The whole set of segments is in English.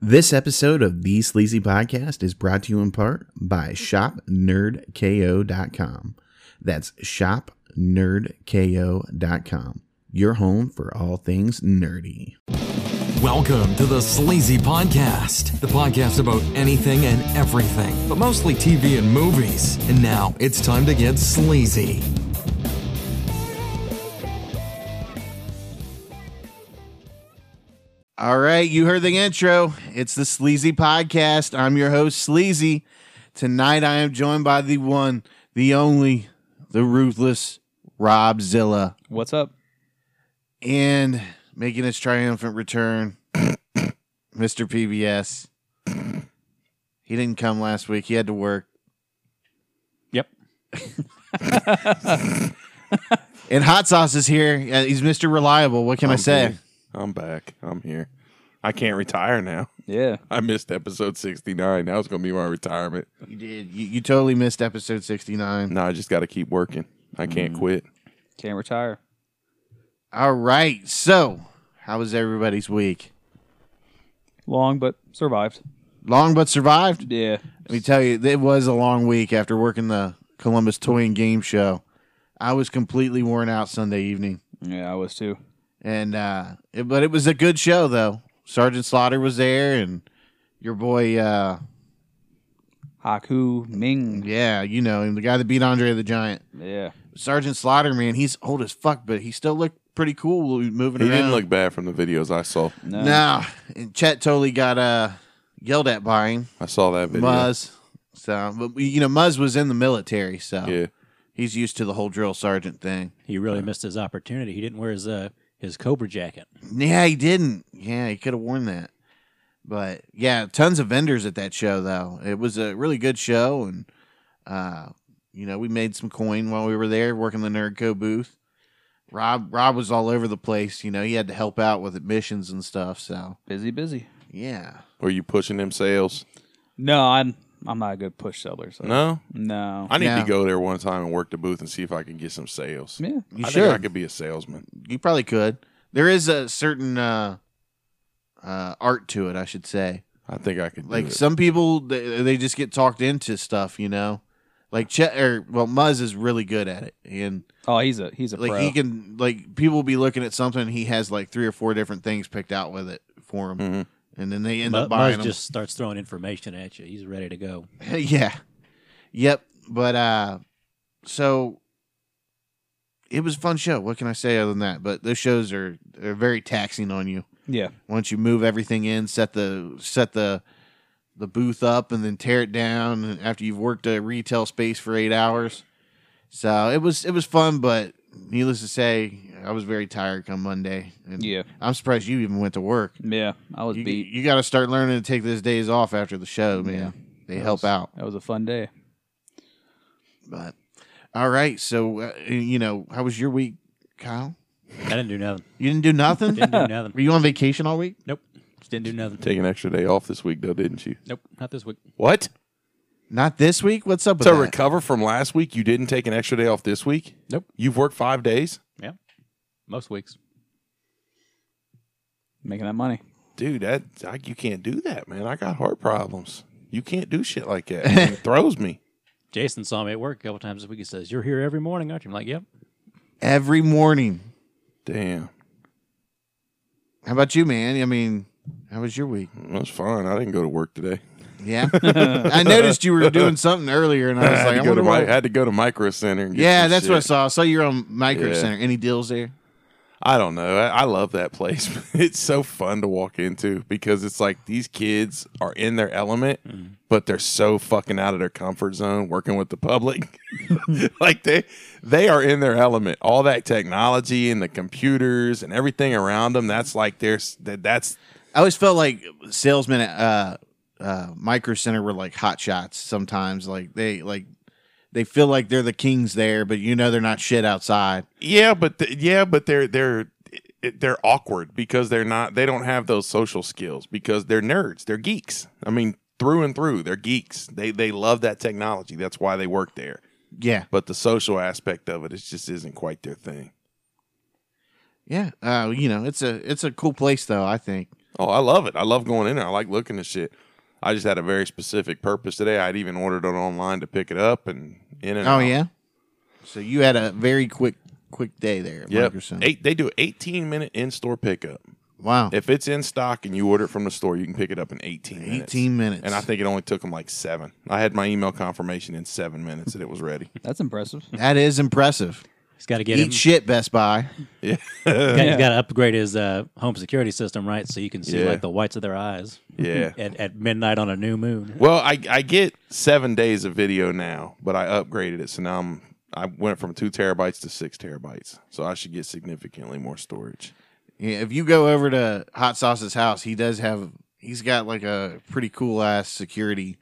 This episode of the Sleazy Podcast is brought to you in part by ShopNerdKO.com. That's ShopNerdKO.com, your home for all things nerdy. Welcome to the Sleazy Podcast, the podcast about anything and everything, but mostly TV and movies. And now it's time to get sleazy. All right, you heard the intro. It's the Sleazy Podcast. I'm your host, Sleazy. Tonight I am joined by the one, the only, the ruthless Rob Zilla. What's up? And making its triumphant return, Mr. PBS. He didn't come last week. He had to work. Yep. And Hot Sauce is here. Uh, He's Mr. Reliable. What can i I'm say? here. I'm back. I'm here. I can't retire now. Yeah. I missed episode 69. That was going to be my retirement. You did. You, you totally missed episode 69. No, I just got to keep working. I can't quit. Can't retire. All right. So, how was everybody's week? Long, but survived. Long but survived. Yeah. Let me tell you, it was a long week after working the Columbus Toy and Game Show. I was completely worn out Sunday evening, Yeah, I was too. and uh, it, but it was a good show though. Sergeant Slaughter was there, and your boy, uh, Haku Ming. yeah, you know him, the guy that beat Andre the Giant. Yeah. Sergeant Slaughter, man, he's old as fuck, but he still looked pretty cool moving He around. didn't look bad from the videos I saw. No. uh, no, and Chet totally got uh, yelled at by him, I saw that video. Muzz. So, but you know, Muzz was in the military, so Yeah. he's used to the whole drill sergeant thing. He really missed his opportunity. He didn't wear his uh, his Cobra jacket. Yeah, he didn't. Yeah, he could have worn that. But yeah, tons of vendors at that show though. It was a really good show, and uh, you know we made some coin while we were there working the Nerdco booth. Rob Rob was all over the place. You know he had to help out with admissions and stuff. So Busy, busy. yeah, Were you pushing them sales? No, I'm I'm not a good push seller. So. No. No. I need Yeah. to go there one time and work the booth and see if I can get some sales. yeah. you I should. think I could be a salesman. You probably could. There is a certain uh, uh, art to it, I should say. I think I could. Like do it. some people, they, they just get talked into stuff, you know. Like Chet, or well, Muzz is really good at it, and Oh, he's a he's a like pro. he can, like people will be looking at something, and he has like three or four different things picked out with it for him, Mhm. and then they end Mm-hmm. Mu- up buying Muzz them. just starts throwing information at you. He's ready to go. yeah, yep. But uh, so it was a fun show. What can I say other than that? But those shows are are very taxing on you. yeah. once you move everything in, set the set the the booth up and then tear it down and after you've worked a retail space for eight hours. So it was it was fun, but needless to say, I was very tired come Monday. And Yeah. I'm surprised you even went to work. Yeah. I was You, beat. you got to start learning to take those days off after the show, man. They help out. That was a fun day. But all right, so uh, you know, how was your week, Kyle? I didn't do nothing. You didn't do nothing. Didn't do Were nothing. you on vacation all week? Nope. Just didn't do nothing. Take an extra day off this week, though, didn't you? Nope. Not this week. What? Not this week. What's up with to that? recover from last week, you didn't take an extra day off this week? Nope. You've worked five days? Yeah. Most weeks. Making that money. dude, that I, you can't do that, man. I got heart problems. You can't do shit like that. man. it throws me. Jason saw me at work a couple times this week. He says, "You're here every morning, aren't you?" I'm like, "Yep." Every morning. Damn, How about you, man? I mean, how was your week? that was fun. I didn't go to work today. Yeah, I noticed you were doing something earlier, and I was I, like, had I to go wonder to Mi- I what. had to go to Micro Center. And get Yeah, some that's what I shit. saw. I saw you were on Micro Yeah. Center. Any deals there? I don't know. I, I love that place. it's so fun to walk into because it's like these kids are in their element, Mm-hmm. but they're so fucking out of their comfort zone working with the public. like they they are in their element. All that technology and the computers and everything around them. That's like there's that, that's I always felt like salesmen at uh, uh, Micro Center were like hot shots. Sometimes, like they like they feel like they're the kings there, but you know they're not shit outside. Yeah, but th- yeah, but they're they're it- they're awkward because they're not they don't have those social skills because they're nerds, they're geeks. I mean, through and through, they're geeks. They they love that technology. That's why they work there. Yeah, But the social aspect of it, it just isn't quite their thing. yeah. Uh, you know, it's a it's a cool place though. I think Oh, I love it. I love going in there. I like looking at shit. I just had a very specific purpose today. I'd even ordered it online to pick it up and in and Oh out. yeah. So you had a very quick quick day there. at Yep. Microsoft. Eight, they do 18 minute in store pickup. Wow. If it's in stock and you order it from the store, you can pick it up in 18 minutes. 18 minutes. And I think it only took them like seven. I had my email confirmation in seven minutes that it was ready. That's impressive. that is impressive. He's got to get Eat him. shit, Best Buy. He's got to upgrade his uh, home security system, right? So you can see Yeah. like the whites of their eyes Yeah. at, at midnight on a new moon. Well, I, I get seven days of video now, but I upgraded it, so now I'm I went from two terabytes to six terabytes, so I should get significantly more storage. Yeah, if you go over to Hot Sauce's house, he does have he's got like a pretty cool ass security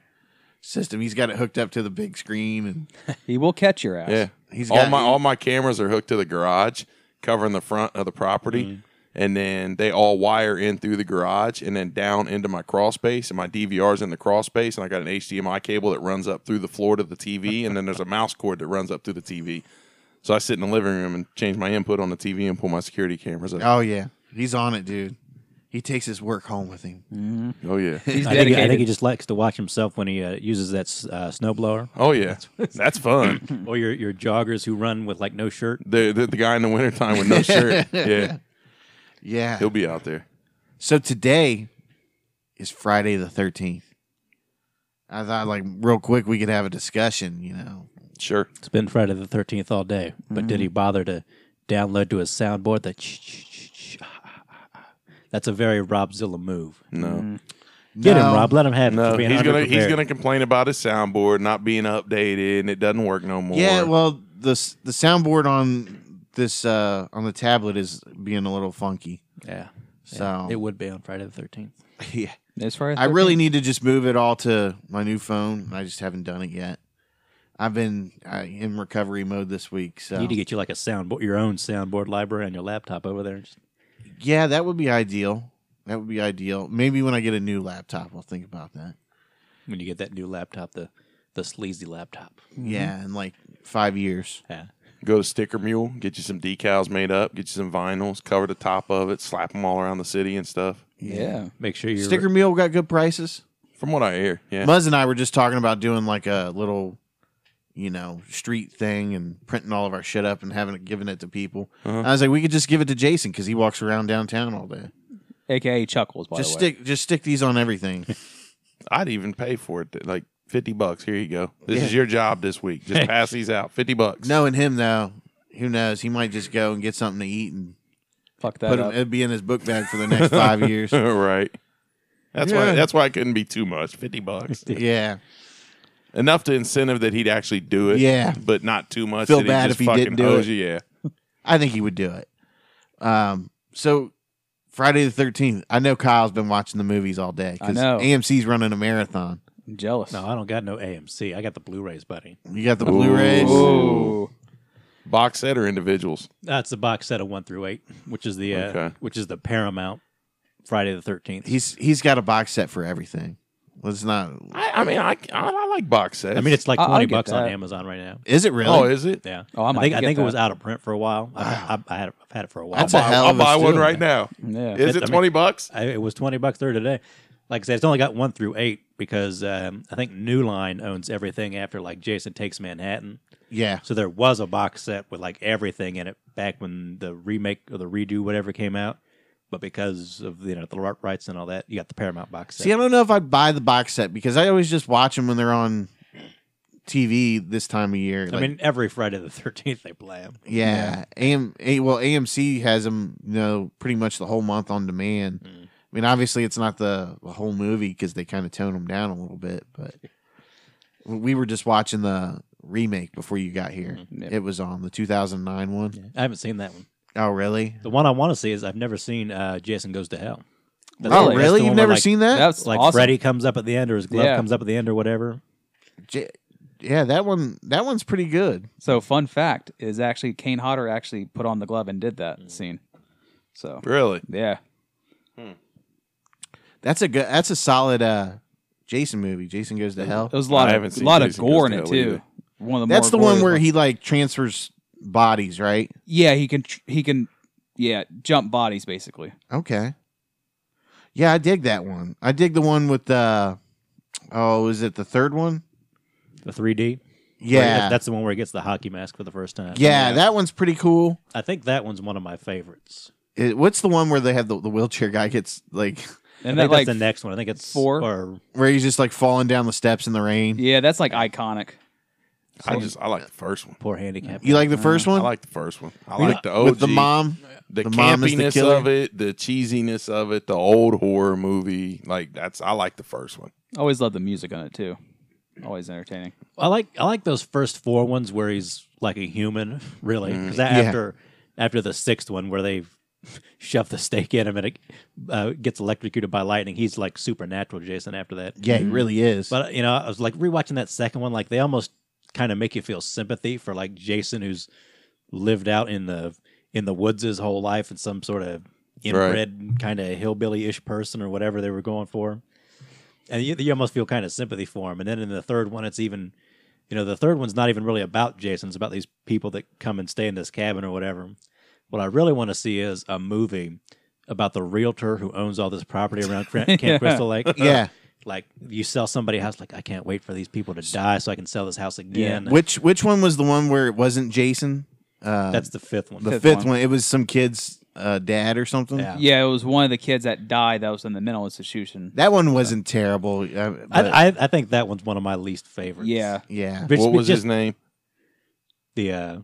system. He's got it hooked up to the big screen and He will catch your ass. Yeah, He's all got- my all my cameras are hooked to the garage, covering the front of the property, and then they all wire in through the garage and then down into my crawl space, and my DVR's in the crawl space, and I got an HDMI cable that runs up through the floor to the TV, and then there's a mouse cord that runs up through the TV. So I sit in the living room and change my input on the TV and pull my security cameras up. oh yeah, he's on it, dude. He takes his work home with him. Oh yeah. He's I think, dedicated. I think he just likes to watch himself when he uh, uses that s- uh, snowblower Oh yeah, that's fun. or your, your joggers who run with like no shirt. the, the the guy in the wintertime with no shirt. Yeah, Yeah. he'll be out there. So today is Friday the thirteenth. I thought like real quick we could have a discussion, you know. Sure. It's been Friday the 13th all day, but did he Mm-hmm. bother to download to his soundboard the ch- ch- ch- ch- ah, ah, ah, ah. That's a very Rob Zilla move. No. Get No. him, Rob. Let him have it. No, for being Oh, he's gonna he's underprepared. gonna complain about his soundboard not being updated and it doesn't work no more. Yeah, well, the s- the soundboard on this uh on the tablet is being a little funky. Yeah. So It would be on Friday the 13th. yeah. As far as I really need to just move it all to my new phone. I just haven't done it yet. I've been uh, in recovery mode this week, so You need to get you like a soundboard, your own soundboard library on your laptop over there. Just, yeah, that would be ideal. That would be ideal. Maybe when I get a new laptop, I'll think about that. when you get that new laptop, the the sleazy laptop. Yeah, in like five years. Yeah. Go to Sticker Mule, get you some decals made up, get you some vinyls, cover the top of it, slap them all around the city and stuff. Yeah. Make sure you're Sticker meal got good prices. From what I hear, yeah. Muzz and I were just talking about doing like a little, you know, street thing and printing all of our shit up and having it giving it to people. I was like, we could just give it to Jason because he walks around downtown all day. AKA Chuckles, by just the way. stick, just stick these on everything. I'd even pay for it, like fifty bucks. Here you go. This is your job this week. Just pass these out, fifty bucks. Knowing him though, who knows? He might just go and get something to eat and Fuck that put him, up. it'd be in his book bag for the next five years. right. That's why. Yeah. That's why it couldn't be too much. Fifty bucks. Yeah, enough to incentive that he'd actually do it. Yeah. but not too much. Feel that bad he if just he fucking didn't do owes it. You. Yeah, I think he would do it. Um, so Friday the thirteenth. I know Kyle's been watching the movies all day I know. AMC's running a marathon. I'm jealous. No, I don't got no AMC. I got the Blu-rays, buddy. You got the Blu-rays. Ooh. box set or individuals. That's the box set of one through eight, which is the uh, Okay. which is the Paramount Friday the Thirteenth. He's he's got a box set for everything. Let's not. I, I mean, I, I I like box sets. I mean, it's like I- I'll twenty get bucks on that. Amazon right now. Is it really? oh, is it? Yeah. Oh, I might think I get think that. it was out of print for a while. I, I, I had I've had it for a while. That's I- a hell I'll of a buy one steal. right now. Yeah. Is I it mean- twenty bucks? I, it was twenty bucks there today. Like I said, it's only got one through eight because um, I think New Line owns everything after like Jason Takes Manhattan. Yeah. So there was a box set with like everything in it back when the remake or the redo whatever came out. But because of you know the ri- rights and all that, you got the Paramount box set. See, I don't know if I'd buy the box set because I always just watch them when they're on TV this time of year. I Like, mean, every Friday the thirteenth they play them. Yeah, AM A, well AMC has them you know pretty much the whole month on demand. I mean, obviously it's not the, the whole movie because they kind of tone them down a little bit, but we were just watching the remake before you got here. It was on the 2009 one. I haven't seen that one. Oh, really? The one I want to see is I've never seen uh, Jason Goes to Hell. That's Oh, the- that's really? the You've one where, never like- seen that? That's Like awesome. Freddy comes up at the end, or his glove Yeah. comes up at the end, or whatever. J- yeah, that one that one's pretty good. So, fun fact is actually Kane Hodder actually put on the glove and did Mm. that scene. So, Really? yeah. That's a good that's a solid uh Jason movie. Jason goes to hell. It was a lot I haven't of a seen lot of Jason gore Goes in it to too. Hell either. One of the That's the more one gory- where he like transfers bodies, right? yeah he can tr- he can yeah jump bodies basically. Okay. Yeah, I dig that one. I dig the one with the. Oh, is it the third one? The 3D. Yeah, that's the one where he gets the hockey mask for the first time. yeah, that one's pretty cool. I think that one's one of my favorites. It, what's the one where they have the, the wheelchair guy gets like I And think that that's like the next one. I think it's four? Or where he's just like falling down the steps in the rain? yeah, that's like iconic. I just I like the first one. poor handicap. You like the first Mm, I one like the first one. I like the OG. with the mom? the, the mom is the campiness killer. of it, the cheesiness of it, the old horror movie. Like that's I like the first one. Always love the music on it too. Always entertaining. I like I like those first four ones where he's like a human, really. 'Cause that Mm. Yeah. after after the sixth one where they shove the stake in him and it uh, gets electrocuted by lightning, he's like supernatural Jason after that. Yeah, it really is. But you know, I was like rewatching that second one. Like they almost kind of make you feel sympathy for like Jason, who's lived out in the in the woods his whole life, and some sort of inbred kind of hillbilly-ish person or whatever they were going for. And you, you almost feel kind of sympathy for him. And then in the third one, it's even, you know, the third one's not even really about Jason. It's about these people that come and stay in this cabin or whatever. What I really want to see is a movie about the realtor who owns all this property around Cran- Camp Yeah. Crystal Lake yeah, like you sell somebody a house like i can't wait for these people to die so i can sell this house again which which one was the one where it wasn't Jason? Uh, that's the fifth one um, The Fifth fifth, one. one. It was some kid's uh, dad or something. Yeah. Yeah, it was one of the kids that died that was in the mental institution. That one wasn't terrible. uh, but- I, I, I think that one's one of my least favorites Yeah, yeah. Which- what which was just his name? the uh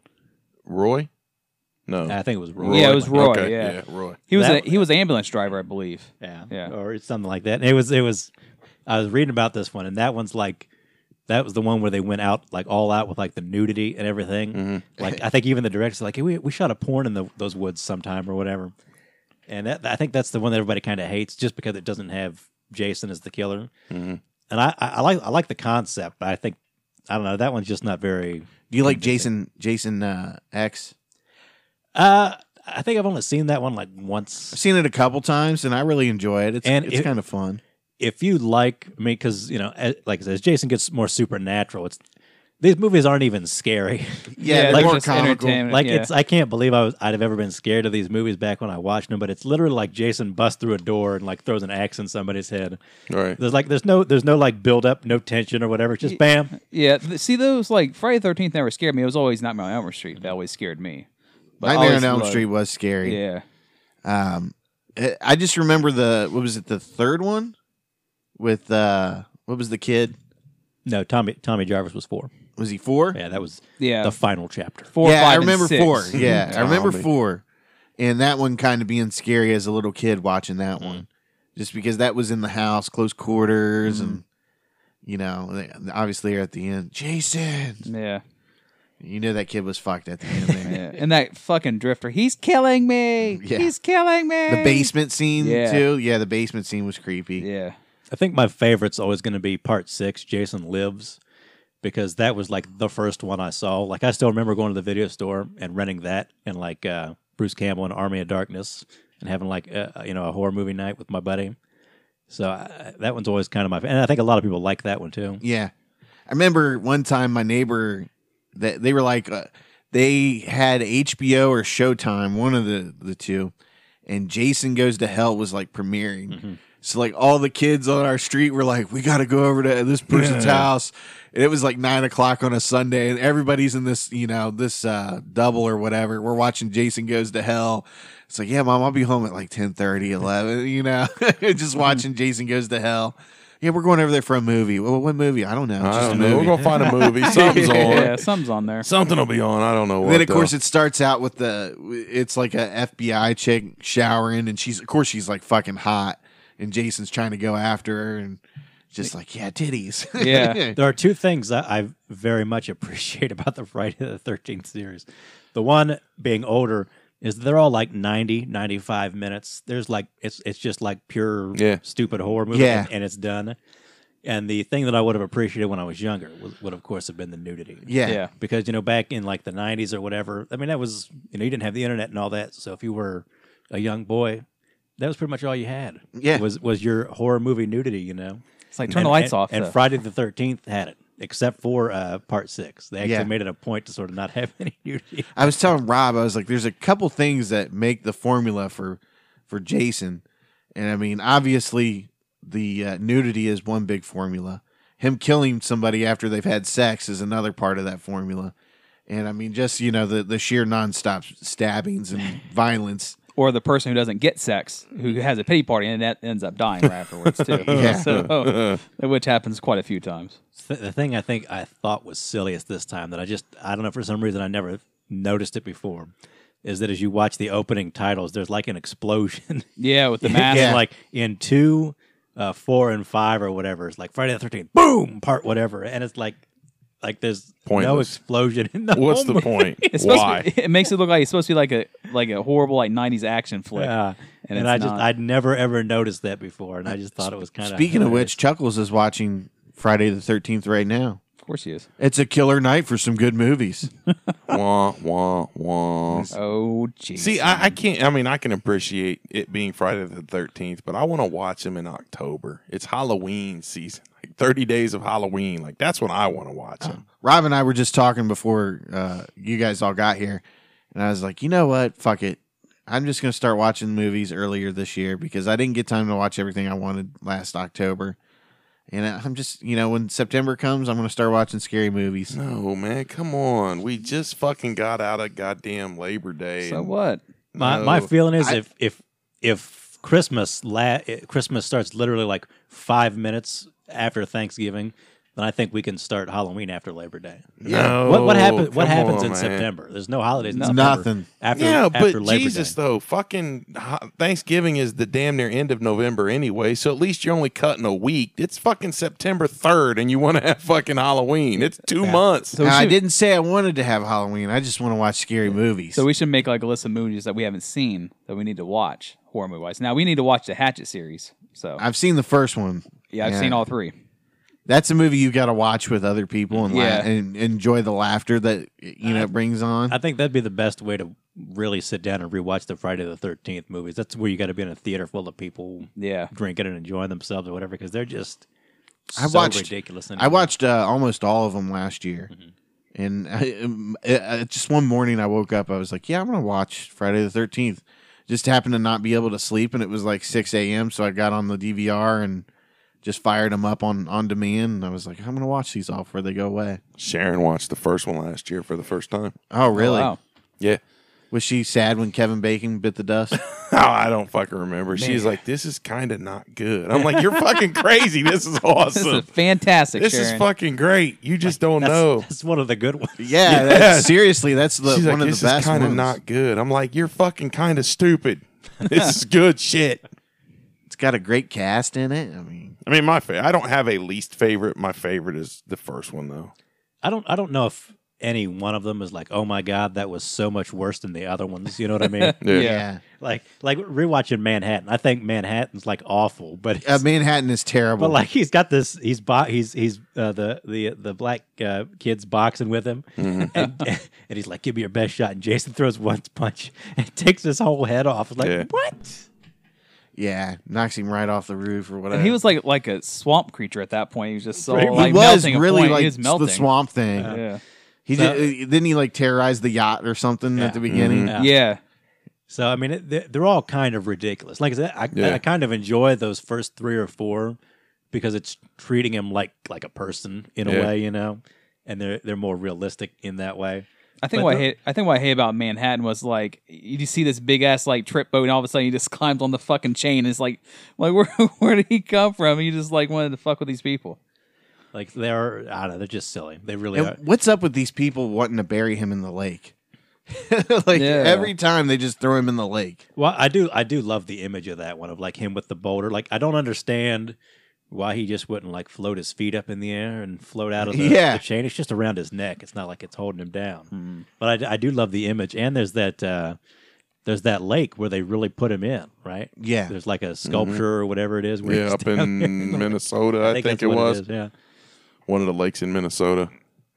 Roy? No. i think it was Roy. Yeah, it was Roy, Okay, yeah. Roy. he was That- a, he was an ambulance driver, I believe. yeah Yeah. or it's something like that And it was it was i was reading about this one and that one's like that was the one where they went out like all out with like the nudity and everything like i think even the director's like hey, we, we shot a porn in the, those woods sometime or whatever and that, i think that's the one that everybody kind of hates just because it doesn't have jason as the killer and I, I I like I like the concept, but I think I don't know that one's just not very. Do you like Jason? Jason uh, X. Uh, I think I've only seen that one like once. I've seen it a couple times, and I really enjoy it. It's And it's it- kind of fun. If you like, I mean, because you know, as, like I said, as Jason gets more supernatural, it's these movies aren't even scary. Yeah, it they're was more just comical. entertainment, like yeah. it's uh, I can't believe I was I'd have ever been scared of these movies back when I watched them. But it's literally like Jason busts through a door and like throws an axe in somebody's head. Right. There's like there's no there's no like build up, no tension or whatever. It's just bam. yeah. th- see, those like Friday Thirteenth never scared me. It was always Nightmare on Elm Street Mm. that always scared me. But I Nightmare on always Elm loved- Street was scary. Yeah, Um, I- I just remember the what was it the third one with uh what was the kid? No, Tommy Tommy Jarvis was four. Was he four? Yeah, that was yeah. the final chapter. four, yeah, five, I and remember six. four. Yeah, I remember Tommy. four, and that one kind of being scary as a little kid watching Mm. that one, just because that was in the house, close quarters, Mm. and you know, they- obviously at the end, Jason, Yeah, you knew that kid was fucked at the end. There. yeah. And that fucking drifter, he's killing me. Yeah. He's killing me. The basement scene Yeah. too. Yeah, the basement scene was creepy. Yeah. I think my favorite's always going to be part six, Jason Lives, because that was like the first one I saw. Like, I still remember going to the video store and renting that and like uh, Bruce Campbell and Army of Darkness and having like, uh, you know, a horror movie night with my buddy. So I, that one's always kind of my, fa- and I think a lot of people like that one too. Yeah. I remember one time my neighbor that they were like uh, they had HBO or Showtime, one of the the two, and Jason Goes to Hell was like premiering. Mm-hmm. So like all the kids on our street were like, we got to go over to this person's house. And it was like nine o'clock on a Sunday, and everybody's in this, you know, this uh, double or whatever. We're watching Jason Goes to Hell. It's like, yeah, mom, I'll be home at like 10, 11, you know, just Mm-hmm. watching Jason Goes to Hell. Yeah, we're going over there for a movie. Well, what movie? I don't know. It's I just a don't know. We're movie. gonna find a movie. Something's Yeah, on. something's on there. Something will be on. I don't know what. And then of course though. it starts out with the it's like a FBI chick showering and she's of course she's like fucking hot and Jason's trying to go after her and just like yeah titties Yeah. There are two things that I very much appreciate about the Friday the 13th series. The one being older is they're all like 90, 95 minutes. There's like it's it's just like pure Yeah. stupid horror movie Yeah. and, and it's done. And the thing that I would have appreciated when I was younger would, would of course have been the nudity. yeah Yeah. Because you know back in like the 90s or whatever, I mean that was you know you didn't have the internet and all that. So if you were a young boy, that was pretty much all you had. Yeah. Was was your horror movie nudity, you know? It's like turn And- the lights and- off. And though. Friday the Thirteenth had it, except for uh, Part Six. They actually Yeah. made it a point to sort of not have any nudity. I was telling Rob I was like there's a couple things that make the formula for for Jason And I mean, obviously, the uh, nudity is one big formula. Him killing somebody after they've had sex is another part of that formula. And I mean, just you know, the the sheer nonstop stabbings and violence. Or the person who doesn't get sex, who has a pity party and that ends up dying right afterwards too. Yeah. So, which happens quite a few times. Th- the thing I think I thought was silliest this time that I just I don't know for some reason I never noticed it before is that as you watch the opening titles, there's like an explosion. Yeah, with the And, mask. like in two, uh, four, and five or whatever. It's like Friday the Thirteenth, boom, part whatever, and it's like like there's no Pointless. explosion in the What's the whole movie. point? It's supposed Why? To be, it makes it look like it's supposed to be like a like a horrible like '90s action flick. Yeah. And, it's I just not. I'd never ever noticed that before, and I just thought it was kind of Speaking of which, Chuckles is watching Friday the Thirteenth right now. of course he is. It's a killer night for some good movies. wah, wah, wah. Oh, jeez. See, I, I can't. I mean, I can appreciate it being Friday the Thirteenth, but I want to watch them in October. It's Halloween season, like thirty days of Halloween. Like that's when I want to watch them. Oh. Rob and I were just talking before uh, you guys all got here, and I was like, you know what? Fuck it. I'm just gonna start watching movies earlier this year because I didn't get time to watch everything I wanted last October. And I- I'm just, you know, when September comes, I'm gonna start watching scary movies. No, man, come on. We just fucking got out of goddamn Labor Day. so and- what? my No. my feeling is I- if if if Christmas la- eh, Christmas starts literally like five minutes after Thanksgiving, then I think we can start Halloween after Labor Day. No, what what happens? Oh, come What happens on, in man. September? There's no holidays. In No. September Nothing. after yeah, after but Labor Jesus, Day. though, fucking ho- Thanksgiving is the damn near end of November anyway, so at least you're only cutting a week. It's fucking September 3rd, and you want to have fucking Halloween. It's two months. So we Now, I should- didn't say I wanted to have Halloween. I just want to watch scary movies. So we should make like a list of movies that we haven't seen that we need to watch horror movie wise. Now we need to watch the Hatchet series. So I've seen the first one. yeah, I've seen all three. That's a movie you got to watch with other people and, Yeah. la- and enjoy the laughter that you know it brings on. I think that'd be the best way to really sit down and rewatch the Friday the Thirteenth movies. That's where you got to be in a theater full of people Yeah, drinking and enjoying themselves or whatever because they're just I so watched- ridiculous. I watched uh, almost all of them last year, and I, um, uh, just one morning I woke up. I was like, "Yeah, I'm gonna watch Friday the Thirteenth. Just happened to not be able to sleep, and it was like 6 a.m. So I got on the DVR and just fired them up on on demand. And I was like, "I'm gonna watch these all before they go away." Sharon watched the first one last year for the first time. Oh, really? Wow. Yeah. Was she sad when Kevin Bacon bit the dust? Oh, I don't fucking remember. She's like, this is kind of not good. I'm like, you're fucking crazy. This is This awesome. is fantastic. This Sharon. is fucking great. You just don't That's, know. that's one of the good ones. yeah, that's- seriously, that's the She's one like, of this the is best kind of ones. not good. I'm like, you're fucking kind of stupid. this is good shit. it's got a great cast in it. I mean, I mean, my favorite. I don't have a least favorite. My favorite is the first one, though. I don't I don't know if any one of them is like, oh my god, that was so much worse than the other ones. You know what I mean? Yeah. yeah. like like rewatching Manhattan. I think Manhattan's like awful, but it's, Uh, Manhattan is terrible. but like he's got this he's bo- he's he's uh, the the the black uh, kid's boxing with him, Mm-hmm. and, and he's like, give me your best shot, and Jason throws one punch and takes his whole head off. It's like Yeah. what? yeah, knocks him right off the roof or whatever. And he was like like a swamp creature at that point. He was just so Right. He like he was melting. at really point. like he was melting. the swamp thing. Yeah, He So- did, uh, didn't he like terrorize the yacht or something Yeah. Mm-hmm. at the beginning. Yeah. yeah. So I mean, it, they're, they're all kind of ridiculous. Like I said, I, Yeah. I kind of enjoy those first three or four because it's treating him like like a person in a Yeah. way, you know, and they're they're more realistic in that way. I think But what I the- hate, I think what I hate about Manhattan was like you just see this big ass like trip boat, and all of a sudden you just climbed on the fucking chain. It's like, like where where did he come from? He just like wanted to fuck with these people. Like they're I don't know, they're just silly. They really And are. what's up with these people wanting to bury him in the lake? like Yeah. every time they just throw him in the lake. Well, I do I do love the image of that one of like him with the boulder. Like I don't understand why he just wouldn't like float his feet up in the air and float out of the, Yeah. the chain. It's just around his neck. It's not like it's holding him down. Mm-hmm. But I d- I, do love the image. And there's that uh, there's that lake where they really put him in. Right? Yeah. There's like a sculpture or whatever it is. Where Mm-hmm. Yeah, he's up down there. in Minnesota, I, think that's it what was is, yeah. one of the lakes in Minnesota.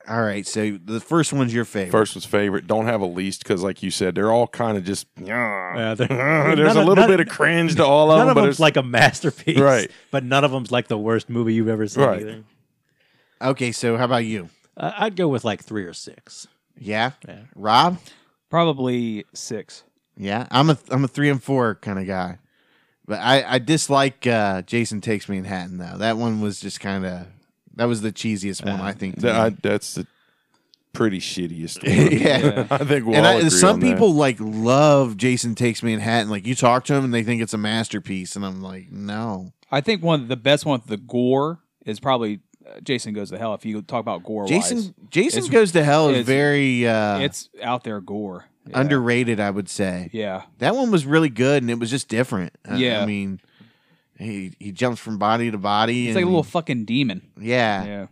All right, so the first one's your favorite. First was favorite. Don't have a least because, like you said, they're all kind of just. Yeah, Yeah, they're- there's none a of- little none- bit of cringe to all of None them, of but them's it's like a masterpiece, Right. But none of them's like the worst movie you've ever seen. Right. Either. Okay, so how about you? Uh, I'd go with like three or six. Yeah, Yeah. Rob. Probably six. Yeah, I'm a I'm a three and four kind of guy. But I, I dislike uh, Jason Takes Manhattan though. That one was just kind of that was the cheesiest one I think. to Th- me. I- that's the pretty shittiest. One. Yeah. I think we'll and all I, agree some on that. people like love Jason Takes Manhattan. Like you talk to them and they think it's a masterpiece, and I'm like, no. I think one of the best one, with the gore, is probably uh, Jason Goes to Hell. If you talk about gore, Jason Jason It's- Goes to Hell is it's- very uh, wise, it's out there gore. Yeah. underrated, I would say. Yeah, That one was really good, and it was just different. I- Yeah. I mean, he he jumps from body to body. he's and like a little fucking demon. yeah. Yeah.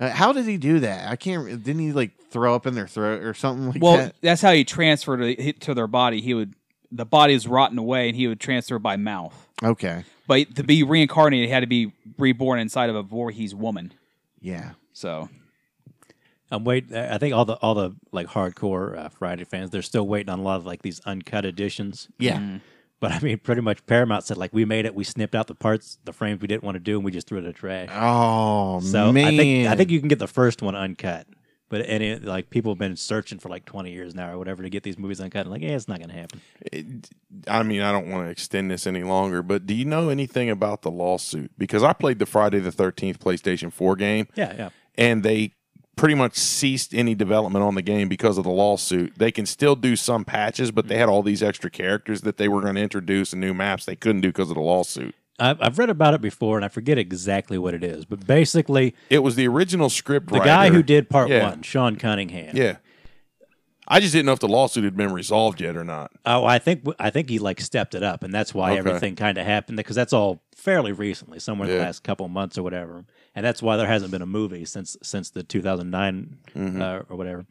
Uh, how did he do that? I can't. re- Didn't he like throw up in their throat or something like Well, that? that's how he transferred it to their body. He would the body is rotten away, and he would transfer by mouth. Okay. But to be reincarnated, he had to be reborn inside of a Voorhees woman. Yeah. So I'm wait. I think all the all the like hardcore uh, Friday fans, they're still waiting on a lot of like these uncut editions. Yeah. But I mean, pretty much Paramount said like we made it, we snipped out the parts, the frames we didn't want to do, and we just threw it in the trash. Oh so man. I think I think you can get the first one uncut. But and it, like people have been searching for like 20 years now or whatever to get these movies uncut. And like, yeah, it's not gonna happen. I mean, I don't want to extend this any longer, but do you know anything about the lawsuit? Because I played the Friday the 13th PlayStation 4 game, Yeah, yeah. and they pretty much ceased any development on the game because of the lawsuit. They can still do some patches, but they had all these extra characters that they were going to introduce and new maps they couldn't do because of the lawsuit. I've, I've read about it before, and I forget exactly what it is. But basically, It was the original script the guy who did part Yeah. one, Sean Cunningham. Yeah. I just didn't know if the lawsuit had been resolved yet or not. Oh, I think I think he like stepped it up, and that's why Okay. everything kind of happened because that's all fairly recently, somewhere in Yeah. the last couple months or whatever, and that's why there hasn't been a movie since since the 2009 Mm-hmm. uh, or whatever,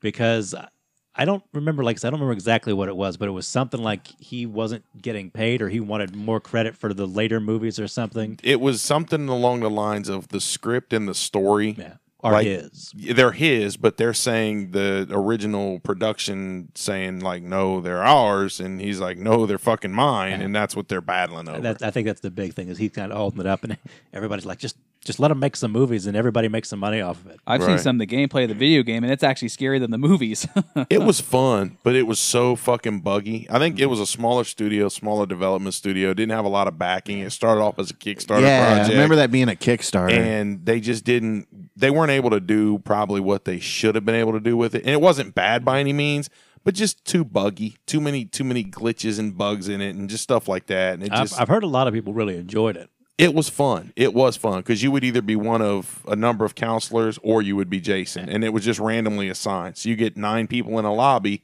because I- I don't remember like I said, I don't remember exactly what it was, but it was something like he wasn't getting paid or he wanted more credit for the later movies or something, It was something along the lines of the script and the story. yeah, or Like- his. they're his, but they're saying the original production saying like, no, they're ours, and he's like, no, they're fucking mine, and that's what they're battling over. That, I think that's the big thing is he kind of opened it up, and everybody's like, just just let him make some movies, and everybody makes some money off of it. I've seen Right. some of the gameplay of the video game, and it's actually scarier than the movies. it was fun, but it was so fucking buggy. I Mm-hmm. think it was a smaller studio, smaller development studio, It didn't have a lot of backing. It started off as a Kickstarter yeah. project. I remember that being a Kickstarter. and they just didn't they weren't able to do probably what they should have been able to do with it and it wasn't bad by any means but just too buggy too many too many glitches and bugs in it and just stuff like that and it I've, just I've heard a lot of people really enjoyed it. it was fun it was fun because you would either be one of a number of counselors or you would be jason and it was just randomly assigned so you get nine people in a lobby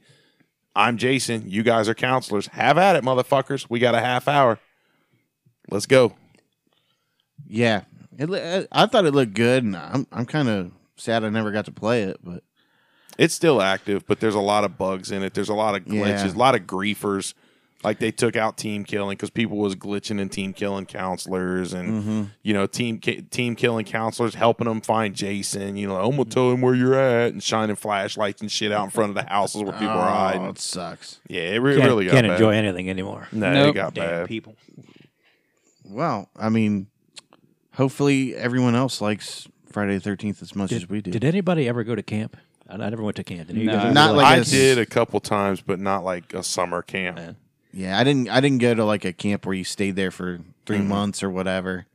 i'm jason you guys are counselors have at it motherfuckers we got a half hour let's go yeah, it, li- I I thought it looked good, and I'm I'm kind of sad I never got to play it, but It's still active, but there's a lot of bugs in it. There's a lot of glitches, Yeah. a lot of griefers. Like they took out team killing because people was glitching and team killing counselors, and Mm-hmm. you know team ki- team killing counselors helping them find Jason. You know, I'm gonna tell him where you're at and shining flashlights and shit out in front of the houses where people are oh, hiding. it sucks. Yeah, it re- Can't, really got can't bad. enjoy anything anymore. No, Nope. it got Damn bad. people. Well, I mean, hopefully everyone else likes Friday the Thirteenth as much as we do. Did anybody ever go to camp? I, I never went to camp. Did you No. guys ever Not go, like- I it's- did a couple times, but not like a summer camp. Yeah. yeah, I didn't I didn't go to like a camp where you stayed there for 3 months or whatever.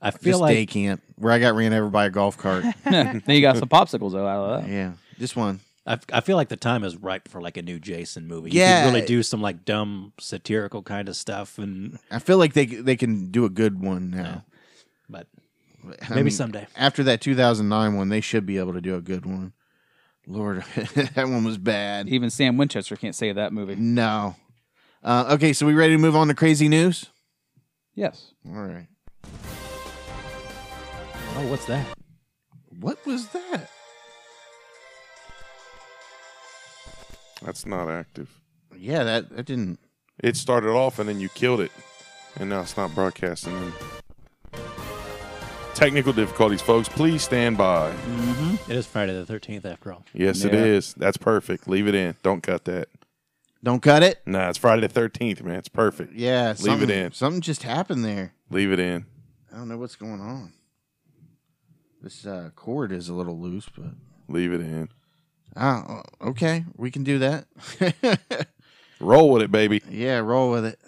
I feel Just like day camp where I got ran over by a golf cart. then you got some popsicles though out of that. yeah, just one. I, I feel like the time is ripe for like a new Jason movie. Yeah. you could really do some like dumb satirical kind of stuff, and I feel like they they can do a good one now. but I maybe mean, someday. After that 2009 one, they should be able to do a good one. Lord, that one was bad. Even Sam Winchester can't save that movie. No. Uh, okay, so we ready to move on to crazy news? Yes. All right. Oh, what's that? What was that? That's not active. Yeah, that, that didn't. It started off and then you killed it, and now it's not broadcasting. Them. Technical difficulties, folks. Please stand by. It is Friday the Thirteenth, after all. Yes, it Yeah. is. That's perfect. Leave it in. Don't cut that. Don't cut it. Nah, it's Friday the thirteenth, man. It's perfect. Yeah, Leave it something, in. Something just happened there. Leave it in. I don't know what's going on. This uh, cord is a little loose, but Leave it in. ah, o- okay, we can do that. Roll with it, baby. yeah, roll with it.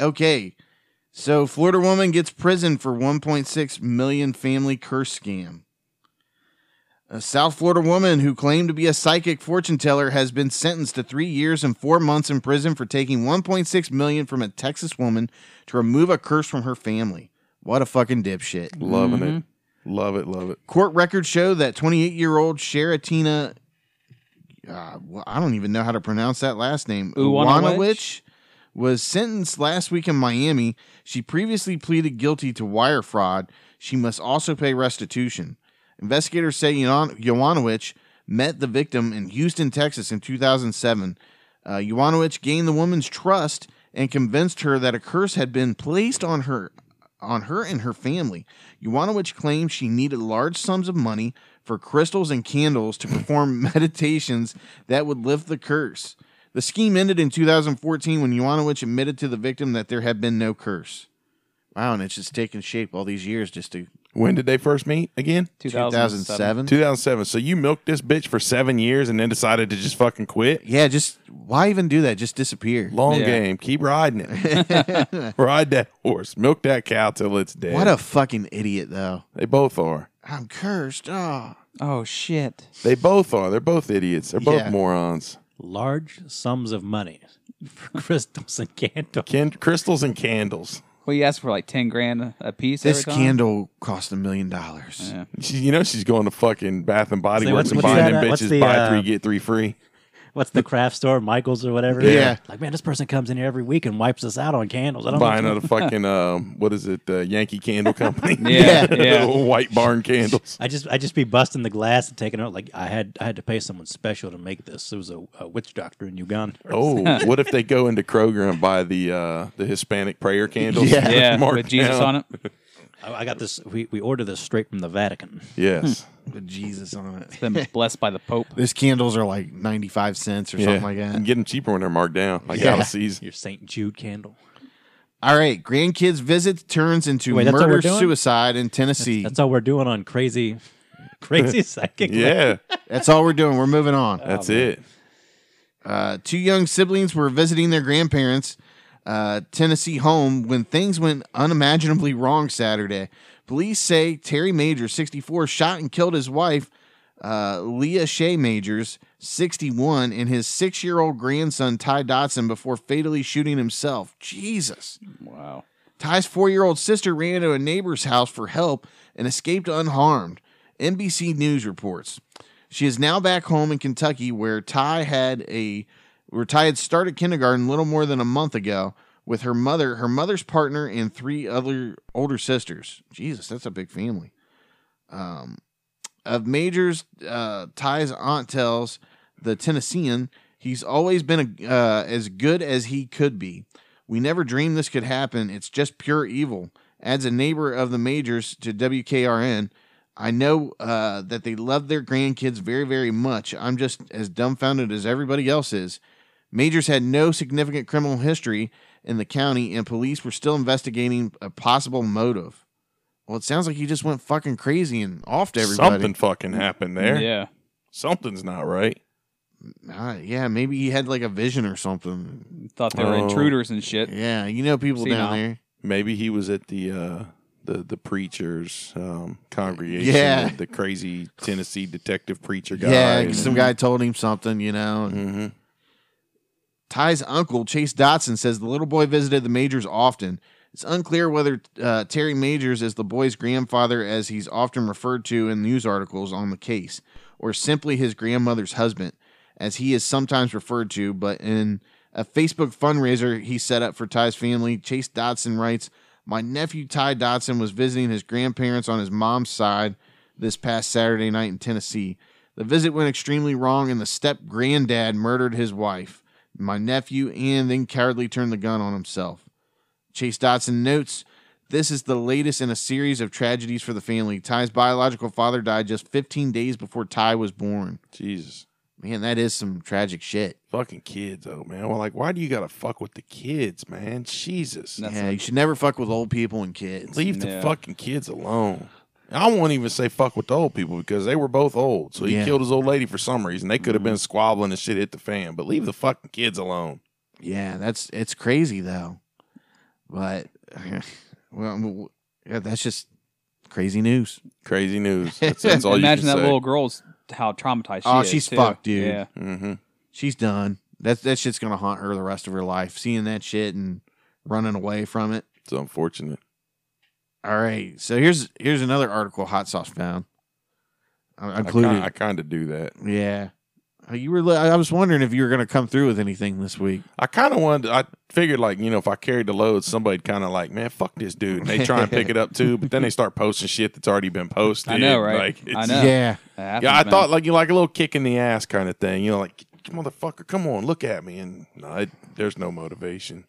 Okay. So Florida woman gets prison for 1.6 million family curse scam. A South Florida woman who claimed to be a psychic fortune teller has been sentenced to 3 years and 4 months in prison for taking 1.6 million from a Texas woman to remove a curse from her family. What a fucking dipshit. Loving it. Mm-hmm. Love it, love it. Court records show that 28 year old Sheratina, uh, well, I don't even know how to pronounce that last name, Uwanowicz? Uwanowicz, was sentenced last week in Miami. She previously pleaded guilty to wire fraud. She must also pay restitution. Investigators say Yuan- Uwanowicz met the victim in Houston, Texas in 2007. Uh, Uwanowicz gained the woman's trust and convinced her that a curse had been placed on her on her and her family. Uwanowicz claimed she needed large sums of money for crystals and candles to perform meditations that would lift the curse. The scheme ended in 2014 when Uwanowicz admitted to the victim that there had been no curse. Wow, and it's just taken shape all these years just to When did they first meet again? 2007. 2007. So you milked this bitch for seven years and then decided to just fucking quit? Yeah, just why even do that? Just disappear. Long Yeah. game. Keep riding it. Ride that horse. Milk that cow till it's dead. What a fucking idiot, though. they both are. I'm cursed. Oh, Oh shit! They both are. They're both idiots. They're both Yeah. morons. Large sums of money for crystals and candles. Can- crystals and candles. Well, you asked for like ten grand a piece. this every time? candle cost a million dollars. Yeah. She, you know she's going to fucking Bath and Body Say, Works what's- and what's buying that, them uh, what's bitches the, buy uh, three get three free. What's the craft store, Michaels or whatever? Yeah. Like, man, this person comes in here every week and wipes us out on candles. I don't Buying know. another fucking um, what is it? Uh, Yankee Candle Company. Yeah, yeah. White Barn candles. I just I just be busting the glass and taking it out like I had I had to pay someone special to make this. It was a, a witch doctor in Uganda. Oh, what if they go into Kroger and buy the uh, the Hispanic prayer candles? Yeah. Yeah, Marked with Jesus down? on it. I, I got this. We, we ordered this straight from the Vatican. Yes. Hmm. With Jesus on it. Been blessed by the Pope. These candles are like 95 cents or something like You that. can get them cheaper when they're marked down. Like Yeah. out of season. Your Saint Jude candle. All right, grandkids' visit turns into Wait, that's what murder we're doing? suicide in Tennessee. That's all we're doing on crazy, crazy psychic. Yeah, That's all we're doing. We're moving on. Oh, that's it. Uh, two young siblings were visiting their grandparents' uh, Tennessee home when things went unimaginably wrong Saturday. Police say Terry Major, 64, shot and killed his wife, uh, Leah Shea Majors, 61, and his six year old grandson, Ty Dotson, before fatally shooting himself. Jesus. Wow. Ty's four year old sister ran to a neighbor's house for help and escaped unharmed. NBC News reports. She is now back home in Kentucky where Ty had a where Ty had started kindergarten little more than a month ago with her mother, her mother's partner, and three other older sisters. Jesus, that's a big family. Um of Major's uh, Ty's aunt tells the Tennessean, he's always been a, uh, as good as he could be. We never dreamed this could happen. It's just pure evil. Adds a neighbor of the majors to WKRN. I know uh, that they love their grandkids very, very much. I'm just as dumbfounded as everybody else is. Majors had no significant criminal history in the county, and police were still investigating a possible motive. Well, it sounds like he just went fucking crazy and off to everybody. Something fucking happened there. Yeah. Something's not right. Ah, yeah, maybe he had like a vision or something. Thought they were Oh. intruders and shit. Yeah, you know people See, down now- there. Maybe he was at the uh, the the preacher's um, congregation. Yeah. the, the crazy Tennessee detective preacher guy. Yeah, and- some guy told him something, you know. and- Mhm. Ty's uncle, Chase Dotson, says the little boy visited the Majors often. It's unclear whether uh, Terry Majors is the boy's grandfather, as he's often referred to in news articles on the case, or simply his grandmother's husband, as he is sometimes referred to. But in a Facebook fundraiser he set up for Ty's family, Chase Dotson writes My nephew Ty Dotson was visiting his grandparents on his mom's side this past Saturday night in Tennessee. The visit went extremely wrong, and the step granddad murdered his wife, my nephew, and then cowardly turned the gun on himself. Chase Dotson notes this is the latest in a series of tragedies for the family. Ty's biological father died just 15 days before Ty was born. Jesus, Man, that is some tragic shit. fucking kids, though, man. Well, like, why do you gotta fuck with the kids, man? Jesus, That's yeah, you should never fuck with old people and kids. leave the Yeah. fucking kids alone. I won't even say fuck with the old people because they were both old. So he Yeah. killed his old lady for some reason. They could have been squabbling and shit hit the fan, but leave the fucking kids alone. Yeah, that's it's crazy though. But well, I'm- yeah, that's just crazy news. Crazy news. That's, that's all Imagine you that can little girl's how traumatized she Oh, is. she's too. fucked, dude. Yeah. Mm-hmm. She's done. That that shit's gonna haunt her the rest of her life. Seeing that shit and running away from it. It's unfortunate. All right. So here's here's another article Hot Sauce found. I, I I included. ki- I kind of do that. yeah. Uh, You were. li- I was wondering if you were gonna come through with anything this week. I kind of wanted. I figured, like, you know, if I carried the load, somebody'd kind of like, man, fuck this dude. And they try and pick it up too, but then they start posting shit that's already been posted. I know, right? Like, I it's- know. Yeah. That Yeah, I happens, thought man. like you like a little kick in the ass kind of thing. You know, like motherfucker, come on, look at me. And no, it, there's no motivation.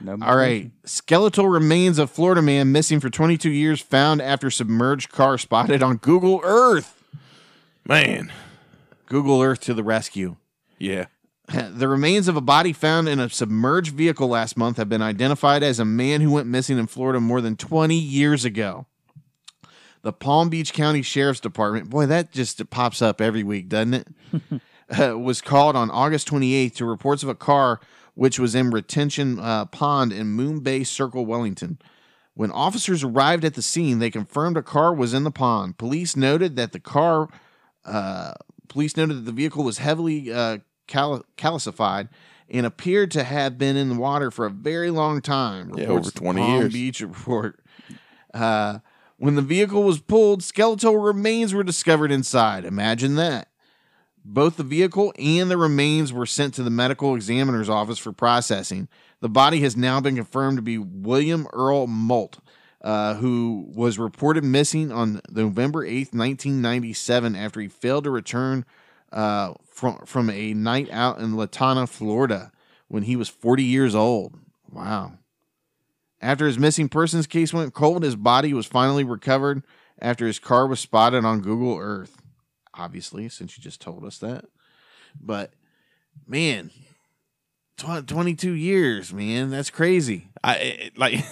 No All right. Skeletal remains of Florida man missing for 22 years found after submerged car spotted on Google Earth. Man, Google Earth to the rescue. yeah, The remains of a body found in a submerged vehicle last month have been identified as a man who went missing in Florida more than 20 years ago. The Palm Beach County Sheriff's Department, boy, that just pops up every week, doesn't it? uh, was called on August 28th to reports of a car which was in retention uh, pond in Moon Bay Circle, Wellington. When officers arrived at the scene, they confirmed a car was in the pond. Police noted that the car, uh, police noted that the vehicle was heavily uh, cal- calcified and appeared to have been in the water for a very long time. Yeah, reports over the 20 Palm years. Beach report. Uh, when the vehicle was pulled, skeletal remains were discovered inside. Imagine that. Both the vehicle and the remains were sent to the medical examiner's office for processing. The body has now been confirmed to be William Earl Molt, uh, who was reported missing on November 8th, 1997, after he failed to return uh, from, from a night out in Latana, Florida, when he was 40 years old. Wow. After his missing persons case went cold, his body was finally recovered after his car was spotted on Google Earth. Obviously, since you just told us that. But man, tw- 22 years, man. That's crazy. I it, like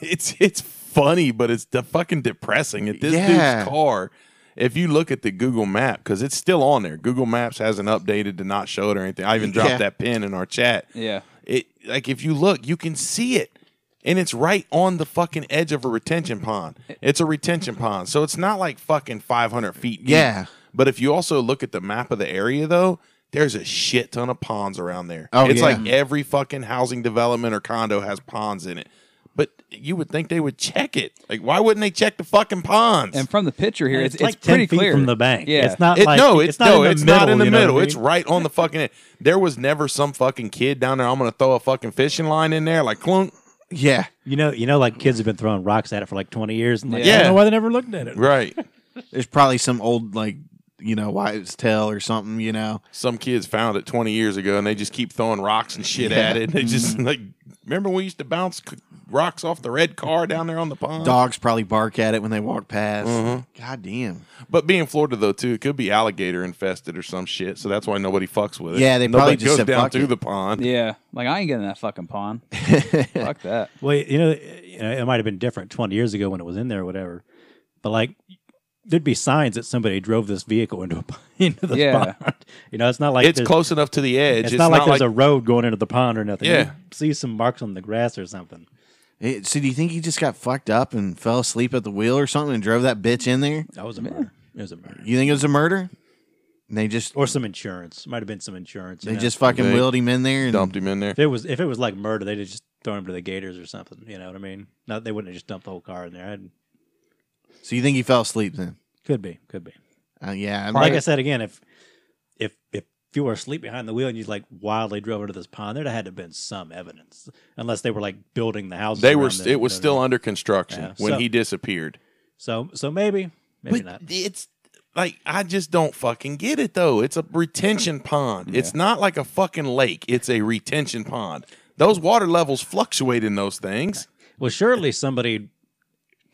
it's it's funny, but it's de- fucking depressing. At this Yeah. dude's car, if you look at the Google Map, because it's still on there. Google Maps hasn't updated to not show it or anything. I even dropped Yeah. that pin in our chat. Yeah. It like if you look, you can see it. And it's right on the fucking edge of a retention pond. It's a retention pond. So it's not like fucking 500 feet deep. Yeah. But if you also look at the map of the area, though, there's a shit ton of ponds around there. Oh, it's yeah. like every fucking housing development or condo has ponds in it. But you would think they would check it. Like, why wouldn't they check the fucking ponds? And from the picture here, And it's, it's like it's pretty 10 feet clear from the bank. Yeah, It's not It- like no, it's, not no, in the it's middle, not in the you know what I middle. mean? It's right on the fucking. End. There was never some fucking kid down there. I'm gonna throw a fucking fishing line in there, like clunk. Yeah. You know, you know, like kids have been throwing rocks at it for like twenty years, and like, I Yeah. don't know why they never looked at it. Right. There's probably some old, like, you know, wives' tale or something, you know. Some kids found it 20 years ago, and they just keep throwing rocks and shit at it. They just Mm-hmm. like, remember we used to bounce c- rocks off the red car down there on the pond. Dogs probably bark at it when they walk past. Mm-hmm. God damn. But being Florida though too, it could be alligator infested or some shit. So that's why nobody fucks with it. Yeah, they probably nobody just goes said, down "Fuck through it." the pond. yeah. Like I ain't getting that fucking pond. Fuck that. Well, you know, you know, it might have been different twenty years ago when it was in there or whatever, but like there'd be signs that somebody drove this vehicle into a into the Yeah. pond. You know, it's not like it's there's- close enough to the edge. It's, not, like there's a road going into the pond or nothing. Yeah. You see some marks on the grass or something. It- so do you think he just got fucked up and fell asleep at the wheel or something and drove that bitch in there? That was a murder. It was a murder. You think it was a murder? And they just Or some insurance. Might have been some insurance. you They know. just fucking They wheeled him in there and dumped him in there. if it was if it was like murder, they'd have just thrown him to the gators or something. You know what I mean? No, they wouldn't have just dumped the whole car in there. I'd, So you think he fell asleep then? could be, could be. Uh, yeah, I'm Like like- I said again, if if if you were asleep behind the wheel and you like wildly drove into this pond, there'd had to have been some evidence, unless they were like building the house. They were. St- it was still under construction Yeah. when So- he disappeared. So so maybe maybe but not. it's like I just don't fucking get it though. It's a retention Hmm. pond. It's not like a fucking lake. It's a retention pond. Those water levels fluctuate in those things. Well, surely somebody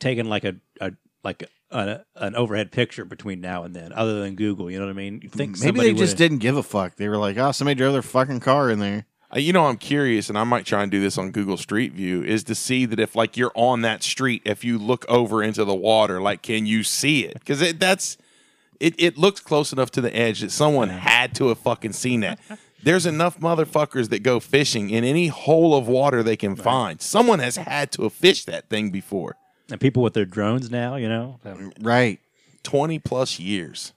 taking like a, a like a, an overhead picture between now and then, other than Google. You know what I mean? You think maybe they just didn't give a fuck. They were like, oh, somebody drove their fucking car in there. Uh, You know, I'm curious, and I might try and do this on Google Street View, is to see that if like you're on that street, if you look over into the water, like can you see it? Because it, that's it. It looks close enough to the edge that someone had to have fucking seen that. There's enough motherfuckers that go fishing in any hole of water they can find. Someone has had to have fished that thing before. And people with their drones now, you know, so- Right. 20 plus years.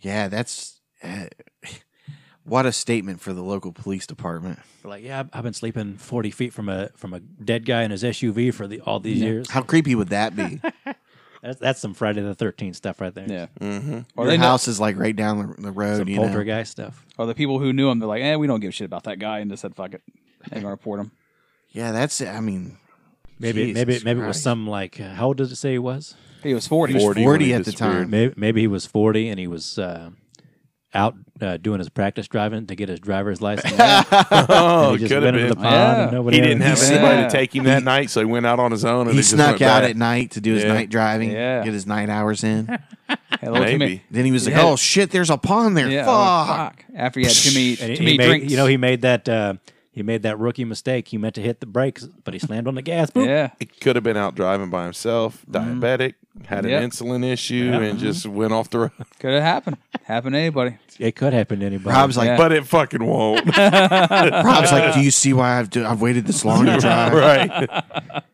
Yeah, that's eh, what a statement for the local police department. like, yeah, I've- I've been sleeping forty feet from a from a dead guy in his SUV for the, all these years. How creepy would that be? That's, that's some Friday the Thirteenth stuff right there. Yeah. Mm-hmm. Or Your they know, house is like right down the, the road. some You know? poltergeist stuff. or the people who knew him, they're like, eh, we don't give a shit about that guy, and just said, fuck it, they're gonna report him. Yeah, that's. I mean, Maybe Jesus maybe maybe it was Christ. some like uh, how old does it say he was? He was forty. He was 40, when he at the disappeared. time. Maybe maybe he was forty and he was uh, out uh, doing his practice driving to get his driver's license. and Oh, he it just could have went into the been. pond Yeah. and nobody He didn't ever- have He anybody snuck- to take him that night, so he went out on his own. And He it just snuck went out back. at night to do his Yeah. night driving, Yeah. get his night hours in. Had a little too Maybe. Then he was like, Yeah. "Oh shit, there's a pond there. yeah, oh, Fuck." fuck. After he had too many, And he, too he many made, drinks, you know, he made that uh, he made that rookie mistake. He meant to hit the brakes, but he slammed on the gas. Boop. yeah, He could have been out driving by himself, diabetic, had Yep. an insulin issue, and just went off the road. could have happened. happened to anybody. It could happen to anybody. Rob's like, Yeah. But it fucking won't. Rob's like, "Do you see why I've do- I've waited this long to drive? right.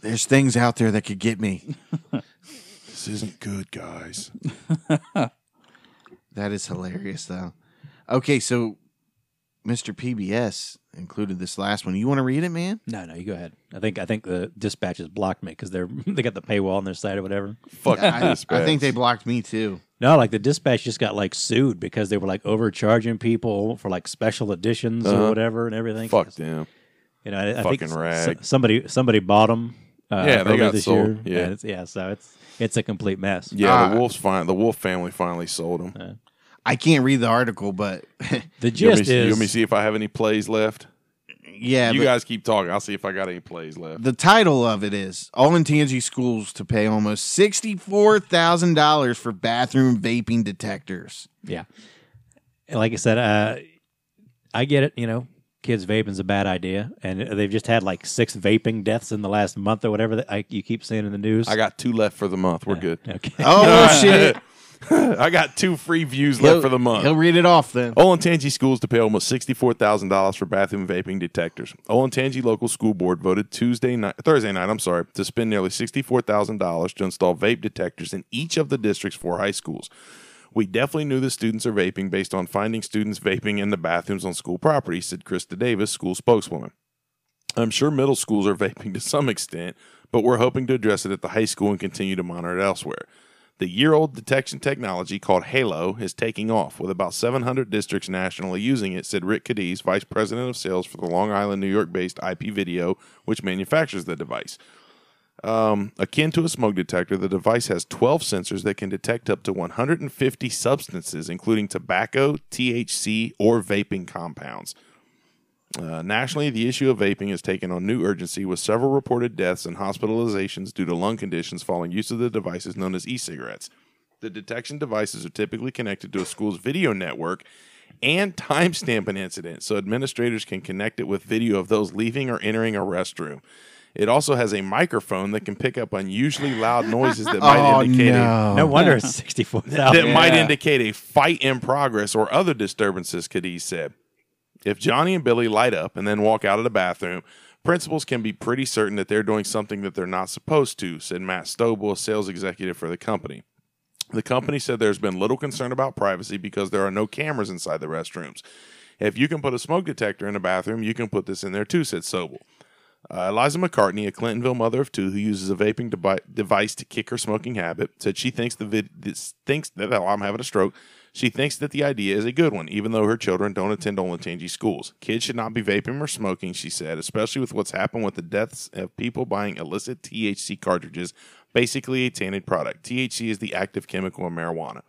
There's things out there that could get me." This isn't good, guys. That is hilarious, though. Okay, so Mr. PBS included this last one. You want to read it, man? no, no, you go ahead. I think I think the dispatches blocked me because they're they got the paywall on their site or whatever. Fuck I, this, I man. think they blocked me too. No, like the dispatch just got like sued because they were like overcharging people for like special editions or Uh-huh. whatever and everything. Fuck them. you know, I, I fucking think s- rag. s- somebody somebody bought them. Uh, Yeah, they earlier got this sold. year. Yeah. and it's, yeah. So it's it's a complete mess. Yeah, Ah. the wolf's fin- The wolf family finally sold them. I can't read the article, but The You want, me, gist you is want me to see if I have any plays left? yeah, you but guys keep talking. I'll see if I got any plays left. the title of it is All in Tangy Schools to Pay Almost $64,000 for Bathroom Vaping Detectors. Yeah. And like I said, uh, I get it. You know, kids vaping's a bad idea, and they've just had like six vaping deaths in the last month or whatever that I, you keep seeing in the news. I got two left for the month. We're good. okay. Oh, shit. I got two free views left for the month. He'll read it off then. Olentangy schools to pay almost $64,000 for bathroom vaping detectors. Olentangy local school board voted Tuesday night, Thursday night, I'm sorry, to spend nearly $64,000 to install vape detectors in each of the district's four high schools. We definitely knew the students are vaping based on finding students vaping in the bathrooms on school property, said Krista Davis, school spokeswoman. I'm sure middle schools are vaping to some extent, but we're hoping to address it at the high school and continue to monitor it elsewhere. The year old detection technology called Halo is taking off, with about 700 districts nationally using it, said Rick Cadiz, Vice President of Sales for the Long Island, New York based IP Video, which manufactures the device. Um, Akin to a smoke detector, the device has 12 sensors that can detect up to 150 substances, including tobacco, THC, or vaping compounds. Uh, nationally, the issue of vaping has taken on new urgency with several reported deaths and hospitalizations due to lung conditions following use of the devices known as e cigarettes. The detection devices are typically connected to a school's video network and timestamp an incident so administrators can connect it with video of those leaving or entering a restroom. It also has a microphone that can pick up unusually loud noises that might Oh, indicate a no. No wonder it's sixty four thousand. that might Yeah. indicate a fight in progress or other disturbances, Cadiz said. If Johnny and Billy light up and then walk out of the bathroom, principals can be pretty certain that they're doing something that they're not supposed to, said Matt Stobel, a sales executive for the company. The company said there's been little concern about privacy because there are no cameras inside the restrooms. If you can put a smoke detector in a bathroom, you can put this in there too, said Sobel. Uh, Eliza McCartney, a Clintonville mother of two who uses a vaping devi- device to kick her smoking habit, said she thinks the vid- this thinks that oh, I'm having a stroke. She thinks that the idea is a good one, even though her children don't attend Olentangy schools. Kids should not be vaping or smoking, she said, especially with what's happened with the deaths of people buying illicit THC cartridges, basically a tainted product. THC is the active chemical in marijuana.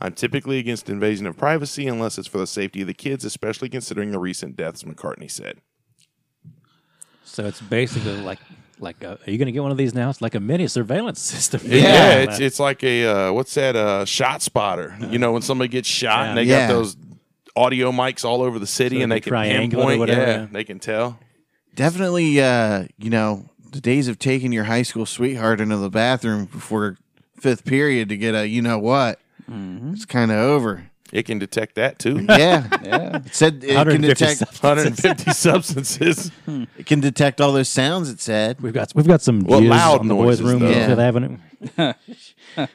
I'm typically against invasion of privacy unless it's for the safety of the kids, especially considering the recent deaths, McCartney said. So it's basically like like a, are you gonna get one of these now? It's like a mini surveillance system. Yeah, it's it's like a uh, what's that? Uh, shot spotter. You know, when somebody gets shot and they Yeah. got those audio mics all over the city, So and they they can triangle it or pinpoint. whatever, yeah, yeah. they can tell. Definitely, uh, you know, the days of taking your high school sweetheart into the bathroom before fifth period to get a you know what, it's kind of over. It can detect that too. Yeah. Yeah. It said it can 150 detect substances. 150 substances. it can detect all those sounds it said. We've got we've got some Well, jizz loud on the boys' noises, room though. on Yeah. Fifth Avenue.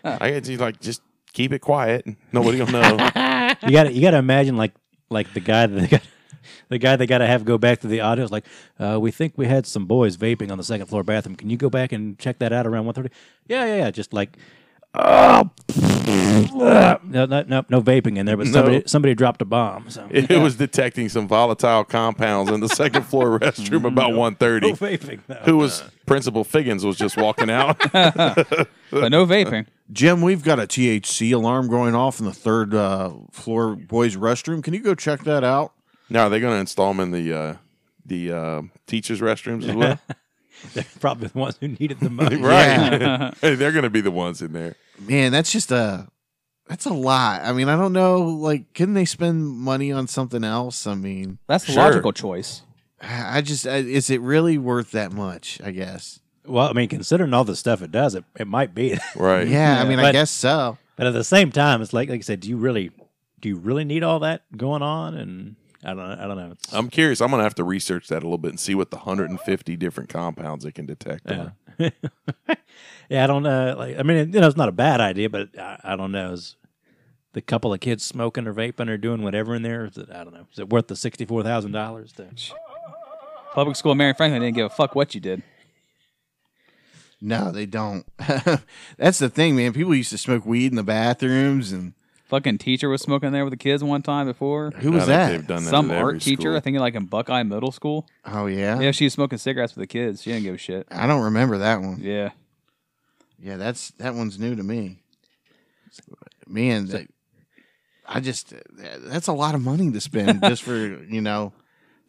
I guess you like just keep it quiet. Nobody will know. You got to you got to imagine like like the guy that they got the guy they got to have go back to the audio is like, uh, we think we had some boys vaping on the second floor bathroom. Can you go back and check that out around 1.30? Yeah, yeah, yeah. Just like, oh, no, no, no, no vaping in there, but somebody somebody dropped a bomb. So. It was detecting some volatile compounds in the second floor restroom about 1:30. vaping. though. Who was Principal Figgins was just walking out. But no vaping. Jim, we've got a THC alarm going off in the third uh, floor boys' restroom. Can you go check that out? now are they going to install them in the uh, the uh, teachers' restrooms as well? They're probably the ones who need it the most. right, Hey, they're going to be the ones in there. Man, that's just a that's a lot. I mean, I don't know. Like, couldn't they spend money on something else? I mean, That's the Sure. logical choice. I I just I, is it really worth that much? I guess. Well, I mean, considering all the stuff it does, it, it might be. Right. Yeah, I mean, I But- guess so. But at the same time, it's like like I said, do you really do you really need all that going on? And I don't I don't know. It's- I'm curious. I'm going to have to research that a little bit and see what the 150 different compounds it can detect. yeah. are. yeah, I don't know. Like, I mean, you know, it's not a bad idea, but I, I don't know. Is the couple of kids smoking or vaping or doing whatever in there? Is it, I don't know. Is it worth the sixty four thousand dollars? To Public school, Mary Franklin didn't give a fuck what you did. No, they don't. that's the thing, man. People used to smoke weed in the bathrooms, and Fucking teacher was smoking there with the kids one time before. who was I think that? They've done that Some at every art teacher, school. I think like in Buckeye Middle School. Oh yeah? Yeah, she was smoking cigarettes with the kids. She didn't give a shit. I don't remember that one. Yeah. Yeah, that's that one's new to me. Man, that, I just that's a lot of money to spend just for you know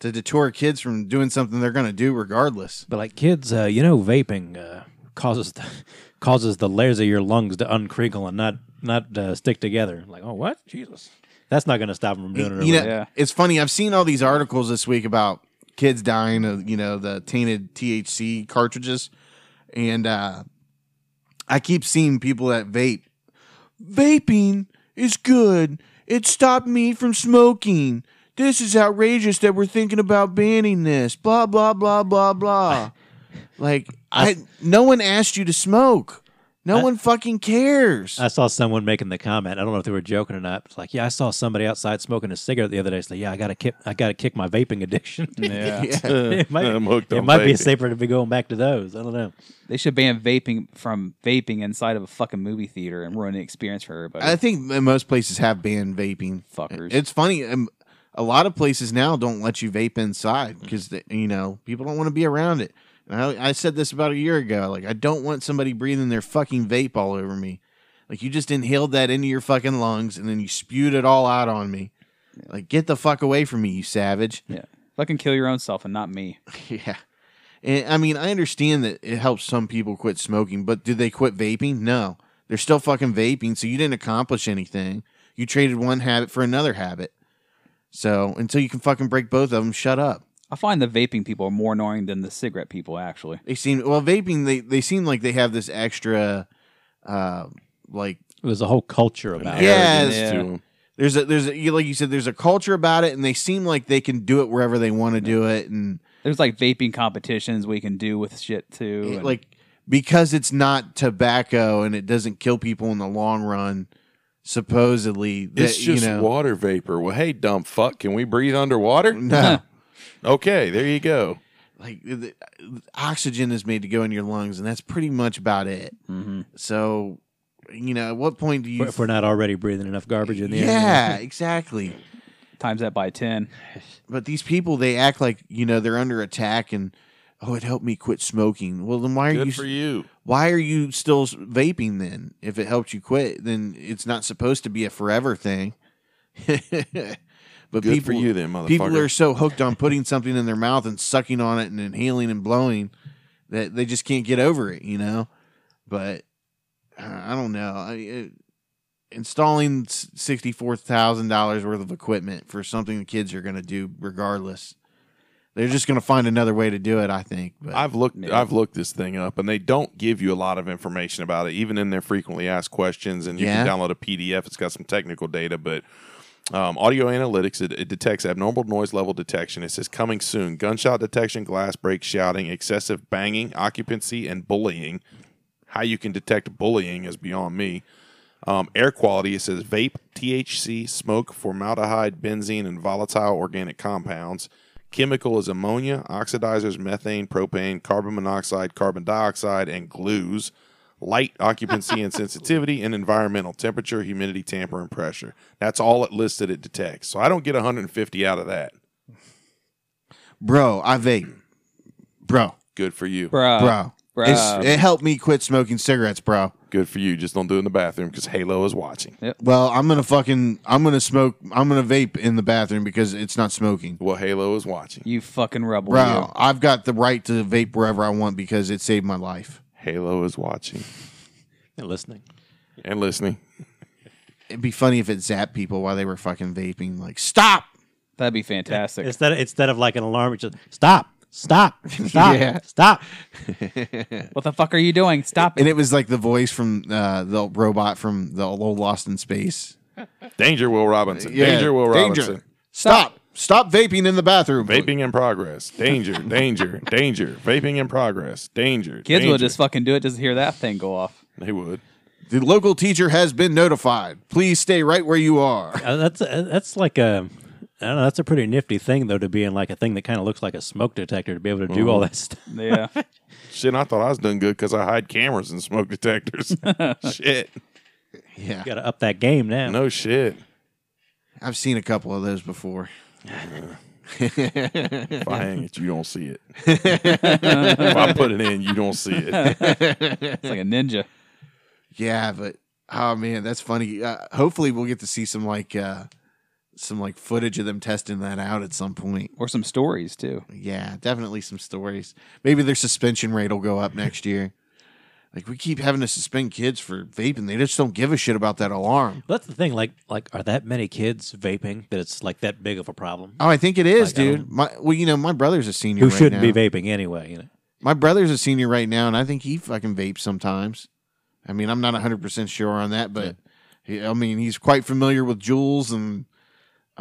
to deter kids from doing something they're going to do regardless. but like kids, uh, you know, vaping uh, causes the, causes the layers of your lungs to uncrinkle and not not uh, stick together. Like, oh, what? Jesus, that's not going to stop them from doing it. or you know, whatever. Yeah. it's funny. I've seen all these articles this week about kids dying of you know the tainted THC cartridges, and uh, I keep seeing people that vape. Vaping is good. It stopped me from smoking. This is outrageous that we're thinking about banning this. Blah blah blah blah blah. like I, no one asked you to smoke. No one fucking cares. I saw someone making the comment. I don't know if they were joking or not. It's like, yeah, I saw somebody outside smoking a cigarette the other day. It's like, yeah, I gotta kick, I gotta kick my vaping addiction. Yeah. it might, I'm hooked it on might be vaping. safer to be going back to those. I don't know. They should ban vaping from vaping inside of a fucking movie theater and ruin the experience for everybody. I think m- most places have banned vaping. Fuckers. It's funny. Um, a lot of places now don't let you vape inside Mm. because you know people don't want to be around it. And I, I said this about a year ago. Like I don't want somebody breathing their fucking vape all over me. Like you just inhaled that into your fucking lungs and then you spewed it all out on me. Like get the fuck away from me, you savage. yeah. Fucking kill your own self and not me. Yeah. And I mean, I understand that it helps some people quit smoking, but did they quit vaping? No. They're still fucking vaping, so you didn't accomplish anything. You traded one habit for another habit. So until you can fucking break both of them, shut up. I find the vaping people are more annoying than the cigarette people actually. They seem well vaping. They they seem like they have this extra, uh, like There's a whole culture about it. yes, To Yeah. 'em. there's a there's a, you- like you said, there's a culture about it, and they seem like they can do it wherever they want to do it, and There's like vaping competitions we can do with shit too. it- and- like because it's not tobacco and it doesn't kill people in the long run supposedly that, It's just you know water vapor. Well, hey, dumb fuck, can we breathe underwater? no Okay, there you go. like the, oxygen is made to go in your lungs and that's pretty much about it so you know at what point do you If we're Mm-hmm. not already breathing enough garbage in the air. yeah exactly times that by ten. but these people they act like you know they're under attack and oh it helped me quit smoking well then why are Good you for you. why are you still s- vaping then? If it helped you quit, then it's not supposed to be a forever thing. but Good people, for you then, motherfucker. people are so hooked on putting something in their mouth and sucking on it and inhaling and blowing that they just can't get over it, you know? But uh, I don't know. I, it, installing s- $64,000 worth of equipment for something the kids are going to do regardless. They're just going to find another way to do it, I think. But I've looked Maybe. I've looked this thing up and they don't give you a lot of information about it, even in their frequently asked questions. And you can Yeah. download a PDF. It's got some technical data, but um, audio analytics it, it detects abnormal noise level detection. It says coming soon: gunshot detection, glass break, shouting, excessive banging, occupancy, and bullying. How you can detect bullying is beyond me. Um, air quality, it says vape, THC, smoke, formaldehyde, benzene, and volatile organic compounds. Chemical is ammonia, oxidizers, methane, propane, carbon monoxide, carbon dioxide, and glues. Light, occupancy, and sensitivity, and environmental temperature, humidity, tamper, and pressure. That's all it listed it detects. So I don't get 150 out of that. bro, I vape. Bro, Good for you. bro, bro. Uh, bro. It's, it helped me quit smoking cigarettes, bro. Good for you. Just don't do it in the bathroom because Halo is watching. Well, I'm going to fucking I'm going to smoke I'm going to vape in the bathroom because it's not smoking. Well, Halo is watching. you fucking rebel. Bro, you. I've got the right to vape wherever I want because it saved my life. Halo is watching And listening. and listening. It'd be funny if it zapped people while they were fucking vaping like stop. That'd be fantastic. Instead of, instead of like an alarm, it's just stop, stop, stop, Yeah. stop. what the fuck are you doing? Stop it. And it was like the voice from uh, the robot from the old Lost in Space. Danger, Will Robinson. Yeah, Danger, Will danger. Robinson. Stop. Stop vaping in the bathroom. Vaping in progress. Danger, danger, danger. Vaping in progress. Danger. Kids danger. will just fucking do it. Just hear that thing go off. They would. The local teacher has been notified. Please stay right where you are. Uh, that's uh, that's like a I don't know. That's a pretty nifty thing though to be in like a thing that kind of looks like a smoke detector to be able to do all Mm-hmm. that stuff. Yeah. Shit, I thought I was doing good because I hide cameras and smoke detectors. shit. Yeah. Got to up that game now. No shit. I've seen a couple of those before. If I hang it, you don't see it. if I put it in, you don't see it. It's like a ninja. Yeah, but oh man, that's funny. Uh, hopefully we'll get to see some like uh some like footage of them testing that out at some point. Or some stories, too. Yeah, definitely some stories. Maybe their suspension rate will go up next year. Like we keep having to suspend kids for vaping. They just don't give a shit about that alarm. That's the thing. Like like are that many kids vaping that it's like that big of a problem? Oh, I think it is, Like, I dude. don't- My well, you know, my brother's a senior. Who right shouldn't now. be vaping anyway? You know. My brother's a senior right now, and I think he fucking vapes sometimes. I mean, I'm not 100% sure on that, but he, I mean, he's quite familiar with Jules and,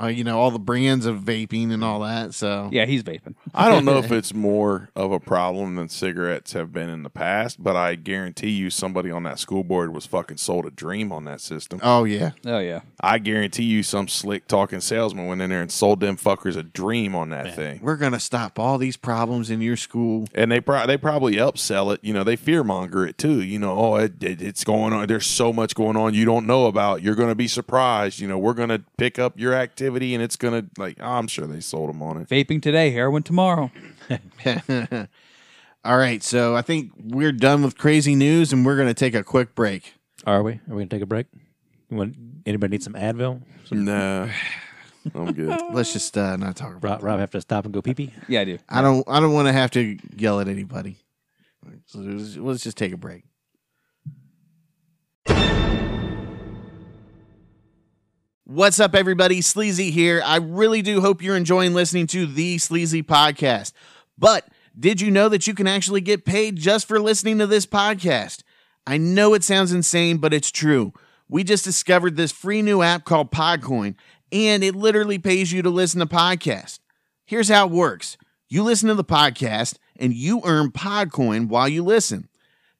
uh, you know, all the brands of vaping and all that. So, Yeah, he's vaping. I don't know if it's more of a problem than cigarettes have been in the past, but I guarantee you somebody on that school board was fucking sold a dream on that system. oh, yeah. Oh, yeah. I guarantee you some slick talking salesman went in there and sold them fuckers a dream on that thing. We're going to stop all these problems in your school. and they pro- they probably upsell it. You know, they fear monger it too. You know, oh, it, it- it's going on. There's so much going on you don't know about. You're going to be surprised. You know, we're going to pick up your activity, and it's going to like. oh, I'm sure they sold them on it. Vaping today, heroin tomorrow. All right. So, I think we're done with crazy news and we're going to take a quick break. Are we? Are we gonna take a break? You want anybody need some Advil? Some, No, I'm good. Let's just uh, not talk about Rob, Rob have to stop and go pee pee. Yeah, I do. I don't I don't want to have to yell at anybody. So, let's- let's just take a break. What's up, everybody? Sleazy here. I really do hope you're enjoying listening to the Sleazy Podcast. But did you know that you can actually get paid just for listening to this podcast? I know it sounds insane, but it's true. We just discovered this free new app called Podcoin, and it literally pays you to listen to podcasts. Here's how it works you listen to the podcast, and you earn Podcoin while you listen.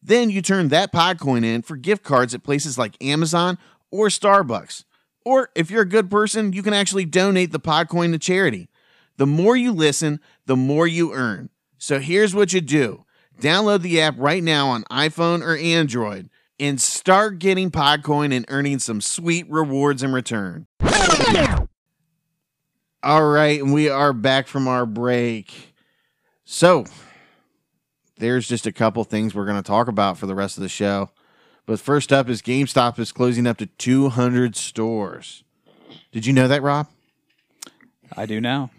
Then you turn that Podcoin in for gift cards at places like Amazon or Starbucks. Or if you're a good person, you can actually donate the Podcoin to charity. The more you listen, the more you earn. So here's what you do download the app right now on iPhone or Android and start getting Podcoin and earning some sweet rewards in return. All right, and we are back from our break. So, there's just a couple things we're going to talk about for the rest of the show. But first up is GameStop is closing up to 200 stores. Did you know that, Rob? I do now.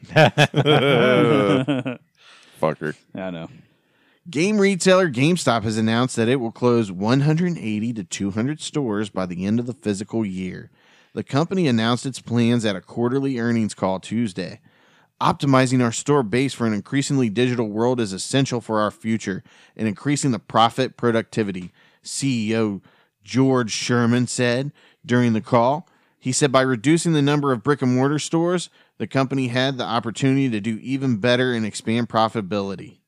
Fucker. I know. Game retailer GameStop has announced that it will close 180 to 200 stores by the end of the physical year. The company announced its plans at a quarterly earnings call Tuesday. Optimizing our store base for an increasingly digital world is essential for our future and increasing the profit productivity, CEO George Sherman said during the call. He said by reducing the number of brick and mortar stores, the company had the opportunity to do even better and expand profitability.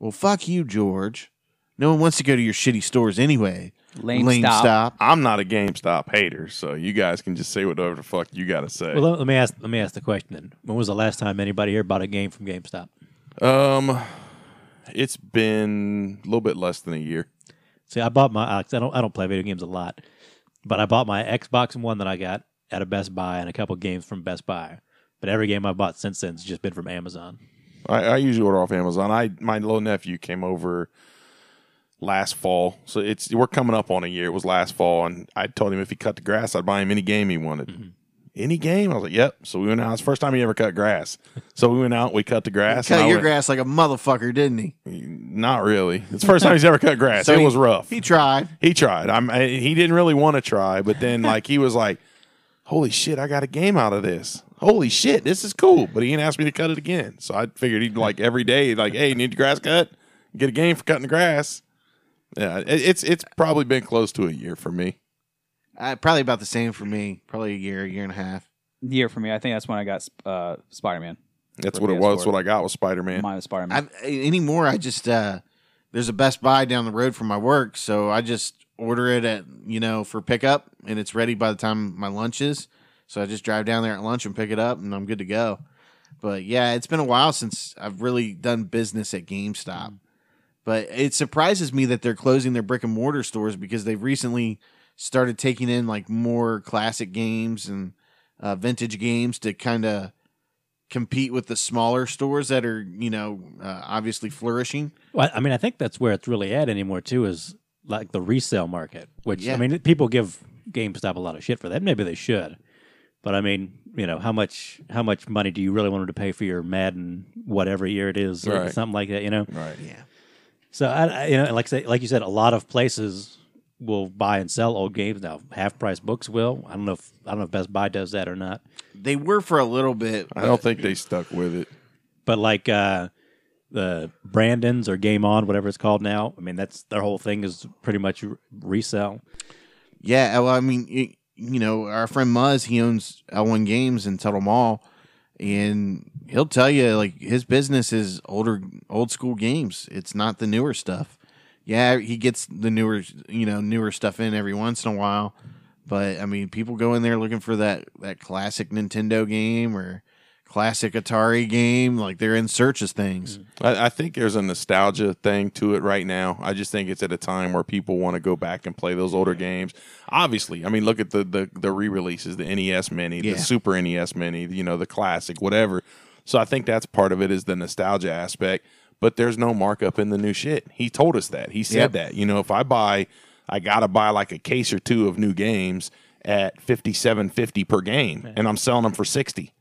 Well, fuck you, George. No one wants to go to your shitty stores anyway. Lame stop. I'm not a GameStop hater, so you guys can just say whatever the fuck you gotta say. Well, let, let me ask. Let me ask the question then. When was the last time anybody here bought a game from GameStop? Um, it's been a little bit less than a year. See, I bought my. I don't. I don't play video games a lot, but I bought my Xbox One that I got at a Best Buy and a couple games from Best Buy. But every game I bought since then has just been from Amazon. I, I usually order off Amazon. I my little nephew came over last fall, so it's we're coming up on a year. It was last fall, and I told him if he cut the grass, I'd buy him any game he wanted. Any game? I was like, "Yep." So we went out. It's the first time he ever cut grass. So we went out. We cut the grass. and Cut I your went- grass like a motherfucker, didn't he? Not really. It's the first time he's ever cut grass. it he- was rough. He tried. He tried. I'm. I, he didn't really want to try, but then like he was like, "Holy shit! I got a game out of this. Holy shit! This is cool." But he didn't ask me to cut it again, so I figured he'd like every day, like, "Hey, you need your grass cut? Get a game for cutting the grass." Yeah, it, it's it's probably been close to a year for me. Uh, probably about the same for me. Probably a year, year and a half. year for me. I think that's when I got uh, Spider Man. That's For what it was. That's PS4. what I got was Spider Man. Mine was Spider Man. I've, anymore, I just uh, there's a Best Buy down the road from my work, so I just order it at you know for pickup, and it's ready by the time my lunch is. So I just drive down there at lunch and pick it up, and I'm good to go. But yeah, it's been a while since I've really done business at GameStop. But it surprises me that they're closing their brick and mortar stores because they've recently started taking in like more classic games and uh, vintage games to kind of compete with the smaller stores that are you know uh, obviously flourishing. Well, I mean, I think that's where it's really at anymore too. Is like the resale market, which Yeah. I mean, people give GameStop a lot of shit for that. Maybe they should, but I mean, you know, how much how much money do you really want them to pay for your Madden, whatever year it is, or Right. something like that? You know, Right. Yeah, so I, I- you know, like say, like you said, a lot of places will buy and sell old games now. Half price books will. I don't know if I don't know if Best Buy does that or not. they were for a little bit. I don't think they stuck with it. but like uh the Brandons or Game On, whatever it's called now. I mean, that's their whole thing is pretty much re- resell. Yeah, well, I mean, you, you know, our friend Muzz, he owns L1 Games in Tuttle Mall, and he'll tell you like his business is older, old school games. It's not the newer stuff. Yeah, he gets the newer, you know, newer stuff in every once in a while, but I mean, people go in there looking for that that classic Nintendo game or classic Atari game. Like they're in search of things. I, I think there's a nostalgia thing to it right now. I just think it's at a time where people want to go back and play those older games. Obviously, I mean, look at the the, the re releases, the NES Mini, Yeah. the Super NES Mini, you know, the classic, whatever. So I think that's part of it is the nostalgia aspect. But there's no markup in the new shit. He told us that. He Yep. said that. You know, if I buy, I gotta buy like a case or two of new games at fifty seven fifty per game, and I'm selling them for sixty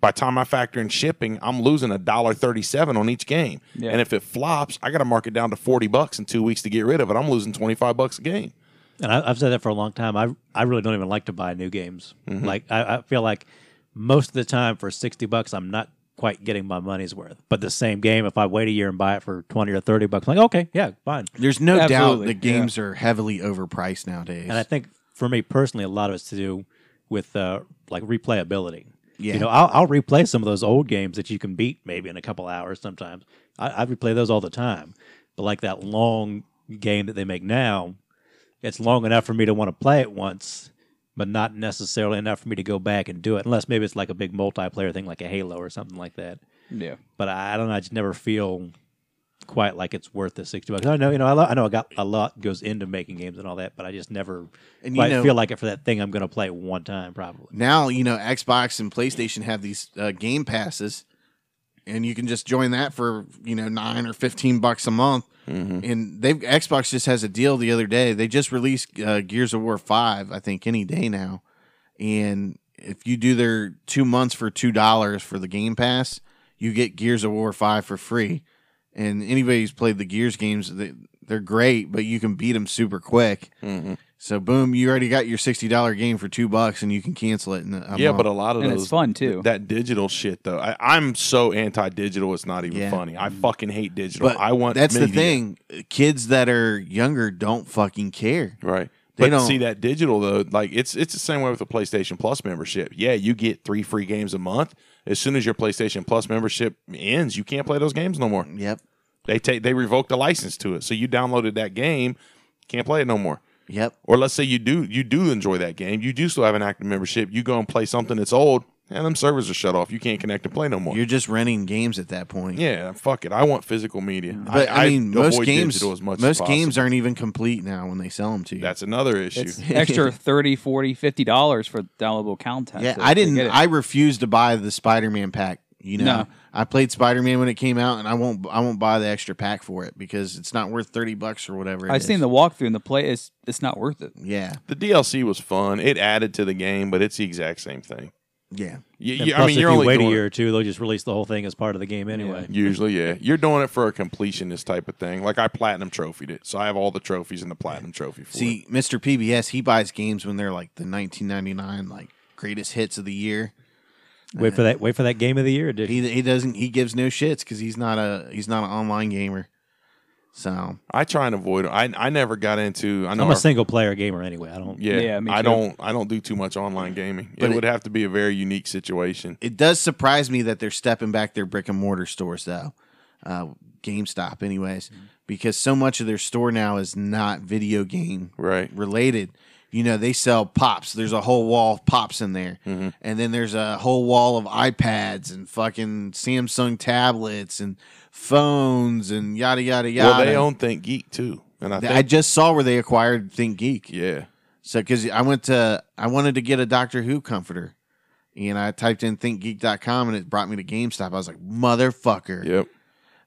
by the time I factor in shipping, I'm losing a dollar thirty seven on each game. Yeah. And if it flops, I got to mark it down to forty bucks in two weeks to get rid of it. I'm losing twenty five bucks a game. And I, I've said that for a long time. I I really don't even like to buy new games. Like I, I feel like most of the time for sixty bucks, I'm not quite getting my money's worth. But the same game, if I wait a year and buy it for twenty or thirty bucks, I'm like okay, yeah, fine. There's no doubt Absolutely, that yeah. games are heavily overpriced nowadays. And I think for me personally, a lot of it's to do with uh, like replayability. Yeah. You know, I'll, I'll replay some of those old games that you can beat maybe in a couple hours sometimes. I, I replay those all the time. But like that long game that they make now, it's long enough for me to want to play it once, but not necessarily enough for me to go back and do it, unless maybe it's like a big multiplayer thing like a Halo or something like that. yeah. But I, I don't know. I just never feel quite like it's worth the sixty bucks. I know, you know, I, lo- I know, I got a lot goes into making games and all that, but I just never And you quite know- feel like it for that thing I'm going to play one time probably. now you know Xbox and PlayStation have these uh, game passes, and you can just join that for you know nine or fifteen bucks a month. And they Xbox just has a deal the other day. They just released uh, Gears of War Five, I think, any day now. And if you do their two months for two dollars for the Game Pass, you get Gears of War Five for free. And anybody who's played the Gears games, they, they're great, but you can beat them super quick. So boom, you already got your sixty dollar game for two bucks, and you can cancel it. In a a yeah, month. but a lot of And those it's fun, too. That digital shit though, I, I'm so anti-digital. It's not even Yeah. funny. I fucking hate digital. I want that's the media. thing. Kids that are younger don't fucking care. right? They but don't- see that digital though, like it's it's the same way with the PlayStation Plus membership. Yeah, you get three free games a month. As soon as your PlayStation Plus membership ends, you can't play those games no more. Yep. They take they revoke the license to it. So you downloaded that game, can't play it no more. Yep. Or let's say you do you do enjoy that game, you do still have an active membership. You go and play something that's old, and them servers are shut off. You can't connect and play no more. You're just renting games at that point. yeah, fuck it. I want physical media. But I, mean, most avoid games, digital as much as most possible. games aren't even complete now when they sell them to you. That's another issue. It's extra 30 40 50 dollars for downloadable content. yeah. to- I to didn't. get it. I refused to buy the Spider-Man pack. You know, No. I played Spider-Man when it came out, and I won't. I won't buy the extra pack for it because it's not worth thirty bucks or whatever. it I've seen is. the walkthrough and the play. It's it's not worth it. Yeah. The DLC was fun. It added to the game, but it's the exact same thing. Yeah. You, And you- I plus, mean, if you're you only wait a doing- year or two, they'll just release the whole thing as part of the game anyway. Usually, yeah, you're doing it for a completionist type of thing. Like I platinum trophied it, so I have all the trophies in the platinum trophy. For it. See, Mr. PBS, he buys games when they're like the 1999 like greatest hits of the year. Wait for that. Wait for that game of the year edition. He he doesn't he gives no shits because he's not a he's not an online gamer. So I try and avoid. I I never got into. I know. I'm a our- single player gamer anyway. I don't. yeah, Yeah, me I too. don't. I don't do too much online gaming. But it it- would have to be a very unique situation. it does surprise me that they're stepping back their brick and mortar stores though, uh, GameStop anyways, Mm-hmm. because so much of their store now is not video game Right. related. You know, they sell pops. There's a whole wall of pops in there. Mm-hmm. And then there's a whole wall of iPads and fucking Samsung tablets and phones and yada, yada, yada. Well, they own Think Geek too, and I think I just saw where they acquired Think Geek. yeah, So, because I went to, I wanted to get a Doctor Who comforter. And I typed in thinkgeek.com and it brought me to GameStop. I was like, motherfucker. yep.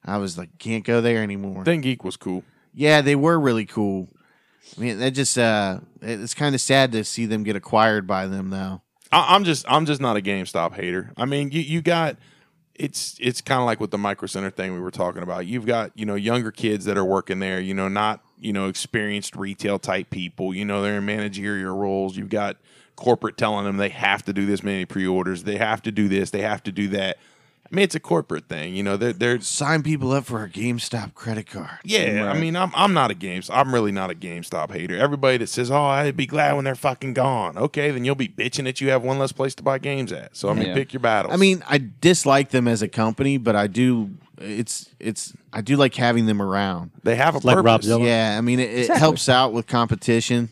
I was like, can't go there anymore. Think Geek was cool. Yeah, they were really cool. I mean, that just uh, it- it's kind of sad to see them get acquired by them though. I, I'm just I'm just not a GameStop hater. I mean, you you got it's it's kind of like with the Micro Center thing we were talking about. You've got you know younger kids that are working there. You know, not you know experienced retail type people. You know, they're in managerial roles. You've got corporate telling them they have to do this many pre-orders. They have to do this. They have to do that. I mean, it's a corporate thing. You know, they're they're Sign people up for a GameStop credit card. yeah, I mean, I'm I'm not a Games. I'm really not a GameStop hater. Everybody that says, "Oh, I'd be glad when they're fucking gone," okay, then you'll be bitching that you have one less place to buy games at. So I mean, Yeah. pick your battles. I mean, I dislike them as a company, but I do. It's it's I do like having them around. they have a like Rob purpose. Zilla. Yeah, I mean, it, it helps out with competition,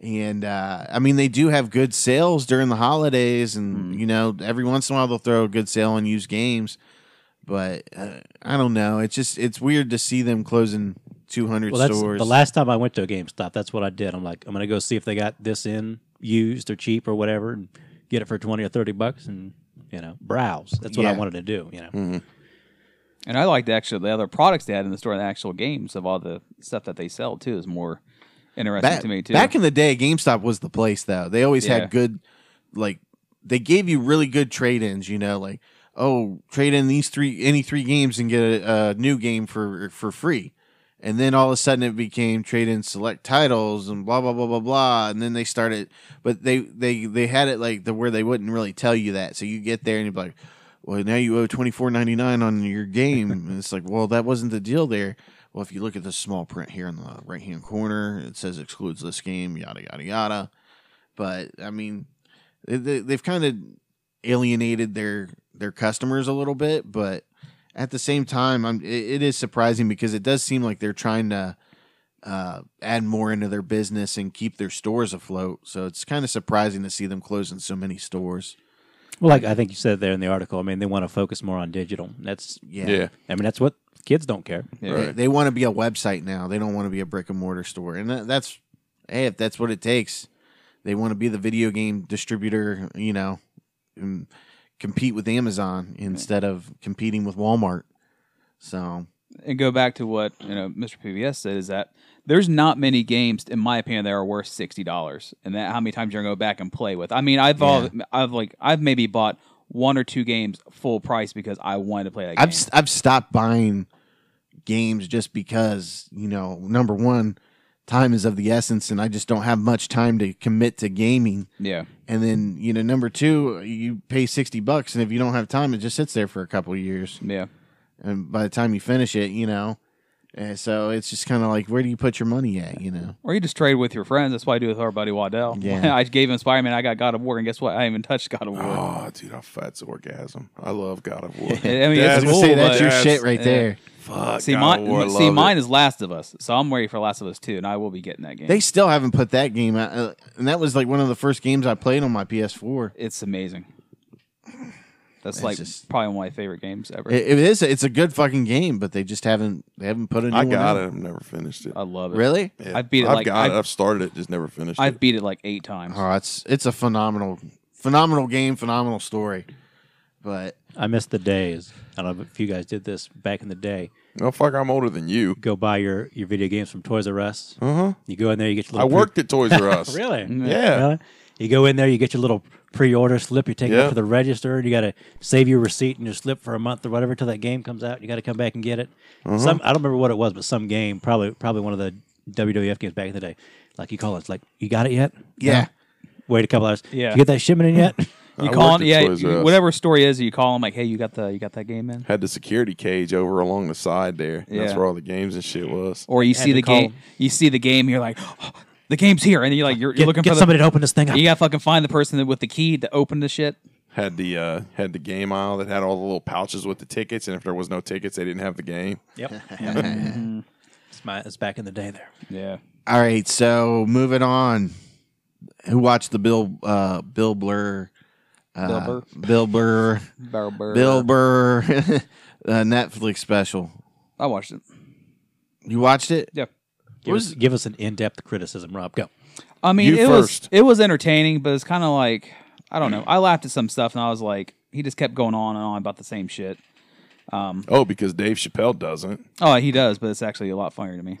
and uh, I mean, they do have good sales during the holidays, and you know, every once in a while they'll throw a good sale on used games. But uh, I don't know. It's just it's weird to see them closing two hundred Well, that's stores. the last time I went to a GameStop. That's what I did. I'm like, I'm gonna go see if they got this in used or cheap or whatever, and get it for twenty or thirty bucks, and you know, browse. That's what I Yeah. wanted to do. You know, And I like the actual the other products they had in the store, the actual games of all the stuff that they sell too is more interesting back, to me too. back in the day, GameStop was the place though. They always Yeah. had good, like they gave you really good trade ins. You know, like oh, trade in these three any three games and get a, a new game for for free. And then all of a sudden it became trade in select titles and blah blah blah blah blah. And then they started, but they they they had it like the where they wouldn't really tell you that. So you get there and you're like. Well, now you owe twenty four ninety nine on your game, and it's like, well, that wasn't the deal there. Well, if you look at the small print here in the right hand corner, it says excludes this game, yada yada yada. But I mean, they, they, they've kind of alienated their their customers a little bit, but at the same time, I'm, it, it is surprising because it does seem like they're trying to uh, add more into their business and keep their stores afloat. So it's kind of surprising to see them closing so many stores. well, like I think you said there in the article. I mean, they want to focus more on digital. That's Yeah. Yeah, I mean, that's what kids don't care. Yeah. They, they want to be a website now. They don't want to be a brick and mortar store. And that, that's, hey, if that's what it takes, they want to be the video game distributor, you know, and compete with Amazon instead of competing with Walmart. So, and go back to what you know Mr. PBS said is that there's not many games, in my opinion, that are worth sixty dollars, and that how many times you're gonna go back and play with. I mean, I've all, I've like I've maybe bought one or two games full price because I wanted to play that I've game. st- I've stopped buying games just because you know number one time is of the essence, and I just don't have much time to commit to gaming. Yeah. And then you know, number two, you pay sixty bucks, and if you don't have time, it just sits there for a couple of years, Yeah. and by the time you finish it, you know. And so it's just kind of like, where do you put your money at? You know, Or you just trade with your friends. That's what I do with our buddy Waddell. Yeah. I gave him Spider Man. I got God of War, and guess what? I haven't touched God of War. Oh, dude, I that's orgasm. I love God of War. I mean, I was it's gonna cool, say that's but- your that's- shit right yeah. there. Fuck, See, God mine, of War, I see love mine it. is Last of Us, so I'm ready for Last of Us 2, and I will be getting that game. They still haven't put that game out, uh, and that was like one of the first games I played on my PS4. it's amazing. That's like just- probably one of my favorite games ever. It, it is, it's a good fucking game, but they just haven't, they haven't put a new I one got out. it. I've never finished it. I love it. Really? Yeah. I beat it I've like- got it. I- I've started it, just never finished I've it. beat it like eight times. Oh, it's it's a phenomenal, phenomenal game, phenomenal story. But I miss the days. I don't know if you guys did this back in the day. No, Oh, fuck, I'm older than you. Go buy your, your video games from Toys R Us. Uh huh. You go in there, you get your I little worked at Toys R Us. Pre- really? Yeah. Really? You go in there, you get your little pre-order slip. You take it Yeah. up to the register. You got to save your receipt and your slip for a month or whatever till that game comes out. You got to come back and get it. Mm-hmm. Some I don't remember what it was, but some game, probably probably one of the WWF games back in the day. Like you call it, it's like you got it yet? yeah, No? Wait a couple hours. Yeah. You get that shipment in yet? You I call worked him, at yeah, Toys R Us. whatever story is, you call him like, hey, you got the you got that game in, Had the security cage over along the side there. That's Yeah. where all the games and shit was. or you see to the call game, him. you see the game, you're like, "Oh, the game's here, and then you're like, you're, you're Get, looking get for the, somebody to open this thing up. You gotta fucking find the person that, with the key to open the shit. Had the uh, had the game aisle that had all the little pouches with the tickets, and if there was no tickets, they didn't have the game. Yep. it's, my, it's back in the day there. Yeah, All right, so moving on. Who watched the Bill uh, Bill Blur Bill uh, Burr. Bill Burr Bill Burr. Bill Burr uh, Netflix special? I watched it. You watched it? Yeah. Give, us, give us an in-depth criticism, Rob. Go. I mean, You it first. was it was entertaining, but it's kind of like I don't know. I laughed at some stuff, and I was like, he just kept going on and on about the same shit. Oh, because Dave Chappelle doesn't. Oh, he does, but it's actually a lot funnier to me.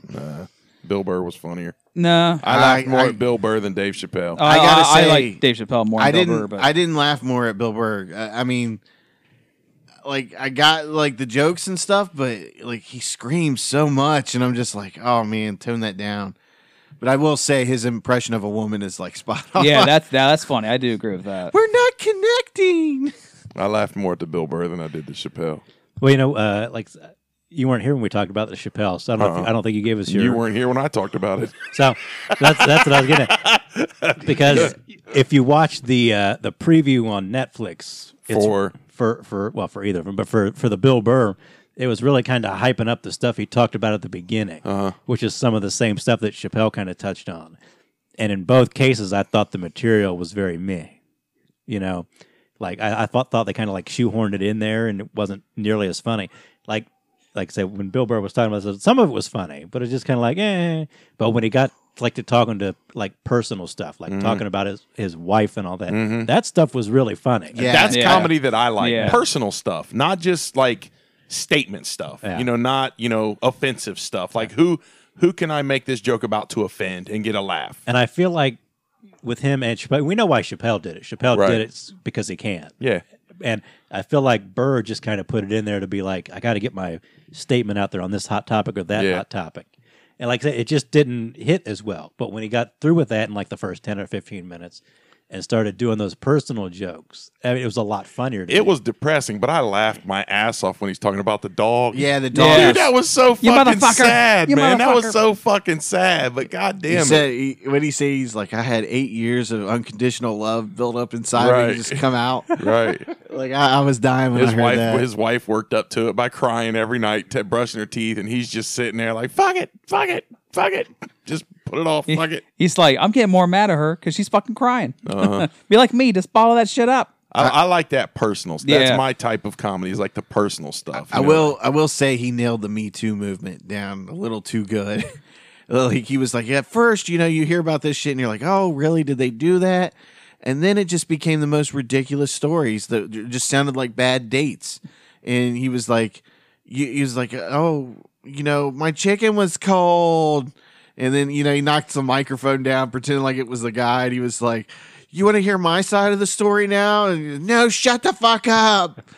Bill Burr was funnier. No, I, Uh, I laughed more I- at Bill Burr than Dave Chappelle. I gotta I, say, like Dave Chappelle more. I than Bill didn't. Burr, but I didn't laugh more at Bill Burr. I, I mean, like I got like the jokes and stuff, but like he screams so much, and I'm just like, oh man, tone that down. But I will say his impression of a woman is like spot on. yeah, that's that, that's funny. I do agree with that. we're not connecting. I laughed more at the Bill Burr than I did the Chappelle. Well, you know, uh, like you weren't here when we talked about the Chappelle, so I don't, know if you, I don't think Uh-huh. you gave us your. You weren't here when I talked about it. So that's that's what I was getting at. Because if you watch the uh, the preview on Netflix it's- For- for for well for either of them, but for for the Bill Burr, it was really kind of hyping up the stuff he talked about at the beginning, which is some of the same stuff that Chappelle kind of touched on. And in both cases, I thought the material was very meh. You know, like I, I thought thought they kind of like shoehorned it in there, and it wasn't nearly as funny. Like like I said, when Bill Burr was talking about this, some of it was funny, but it's just kind of like eh. But when he got like to talking to like personal stuff, like talking about his his wife and all that, that stuff was really funny. Yeah. That's Yeah. comedy that I like. Yeah. Personal stuff, not just like statement stuff. Yeah. You know, not, you know, offensive stuff. Like who who can I make this joke about to offend and get a laugh? And I feel like with him and Chappelle, we know why Chappelle did it. Chappelle Right. did it s- because he can. Yeah. And I feel like Burr just kind of put it in there to be like, I got to get my statement out there on this hot topic or that Yeah. hot topic. And like I said, it just didn't hit as well. But when he got through with that in like the first 10 or 15 minutes and started doing those personal jokes, I mean, it was a lot funnier. To It me. was depressing, but I laughed my ass off when he's talking about the dog. Yeah, the dog. Yeah. Dude, that was so You fucking motherfucker. sad, You man. That motherfucker. was so fucking sad. But He goddamn, said, he, when he says he's like, I had eight years of unconditional love built up inside me, Right. just come out. right? like I, I was dying when I His heard wife, that. his wife worked up to it by crying every night, t- brushing her teeth, and he's just sitting there like, "Fuck it, fuck it, fuck it, just put it off, fuck it." He's like, I'm getting more mad at her because she's fucking crying. Uh-huh. Be like me, just bottle that shit up. I, I like that personal. That's Yeah. my type of comedy. Is like the personal stuff. I you know? will I will say he nailed the Me Too movement down a little too good. like he was like, at first, you know, you hear about this shit and you're like, oh, really? Did they do that? And then it just became the most ridiculous stories that j- just sounded like bad dates. And he was like, you, he was like, oh, you know, my chicken was cold. And then, you know, he knocked the microphone down, pretending like it was the guy. And he was like, you want to hear my side of the story now? And he- no, shut the fuck up.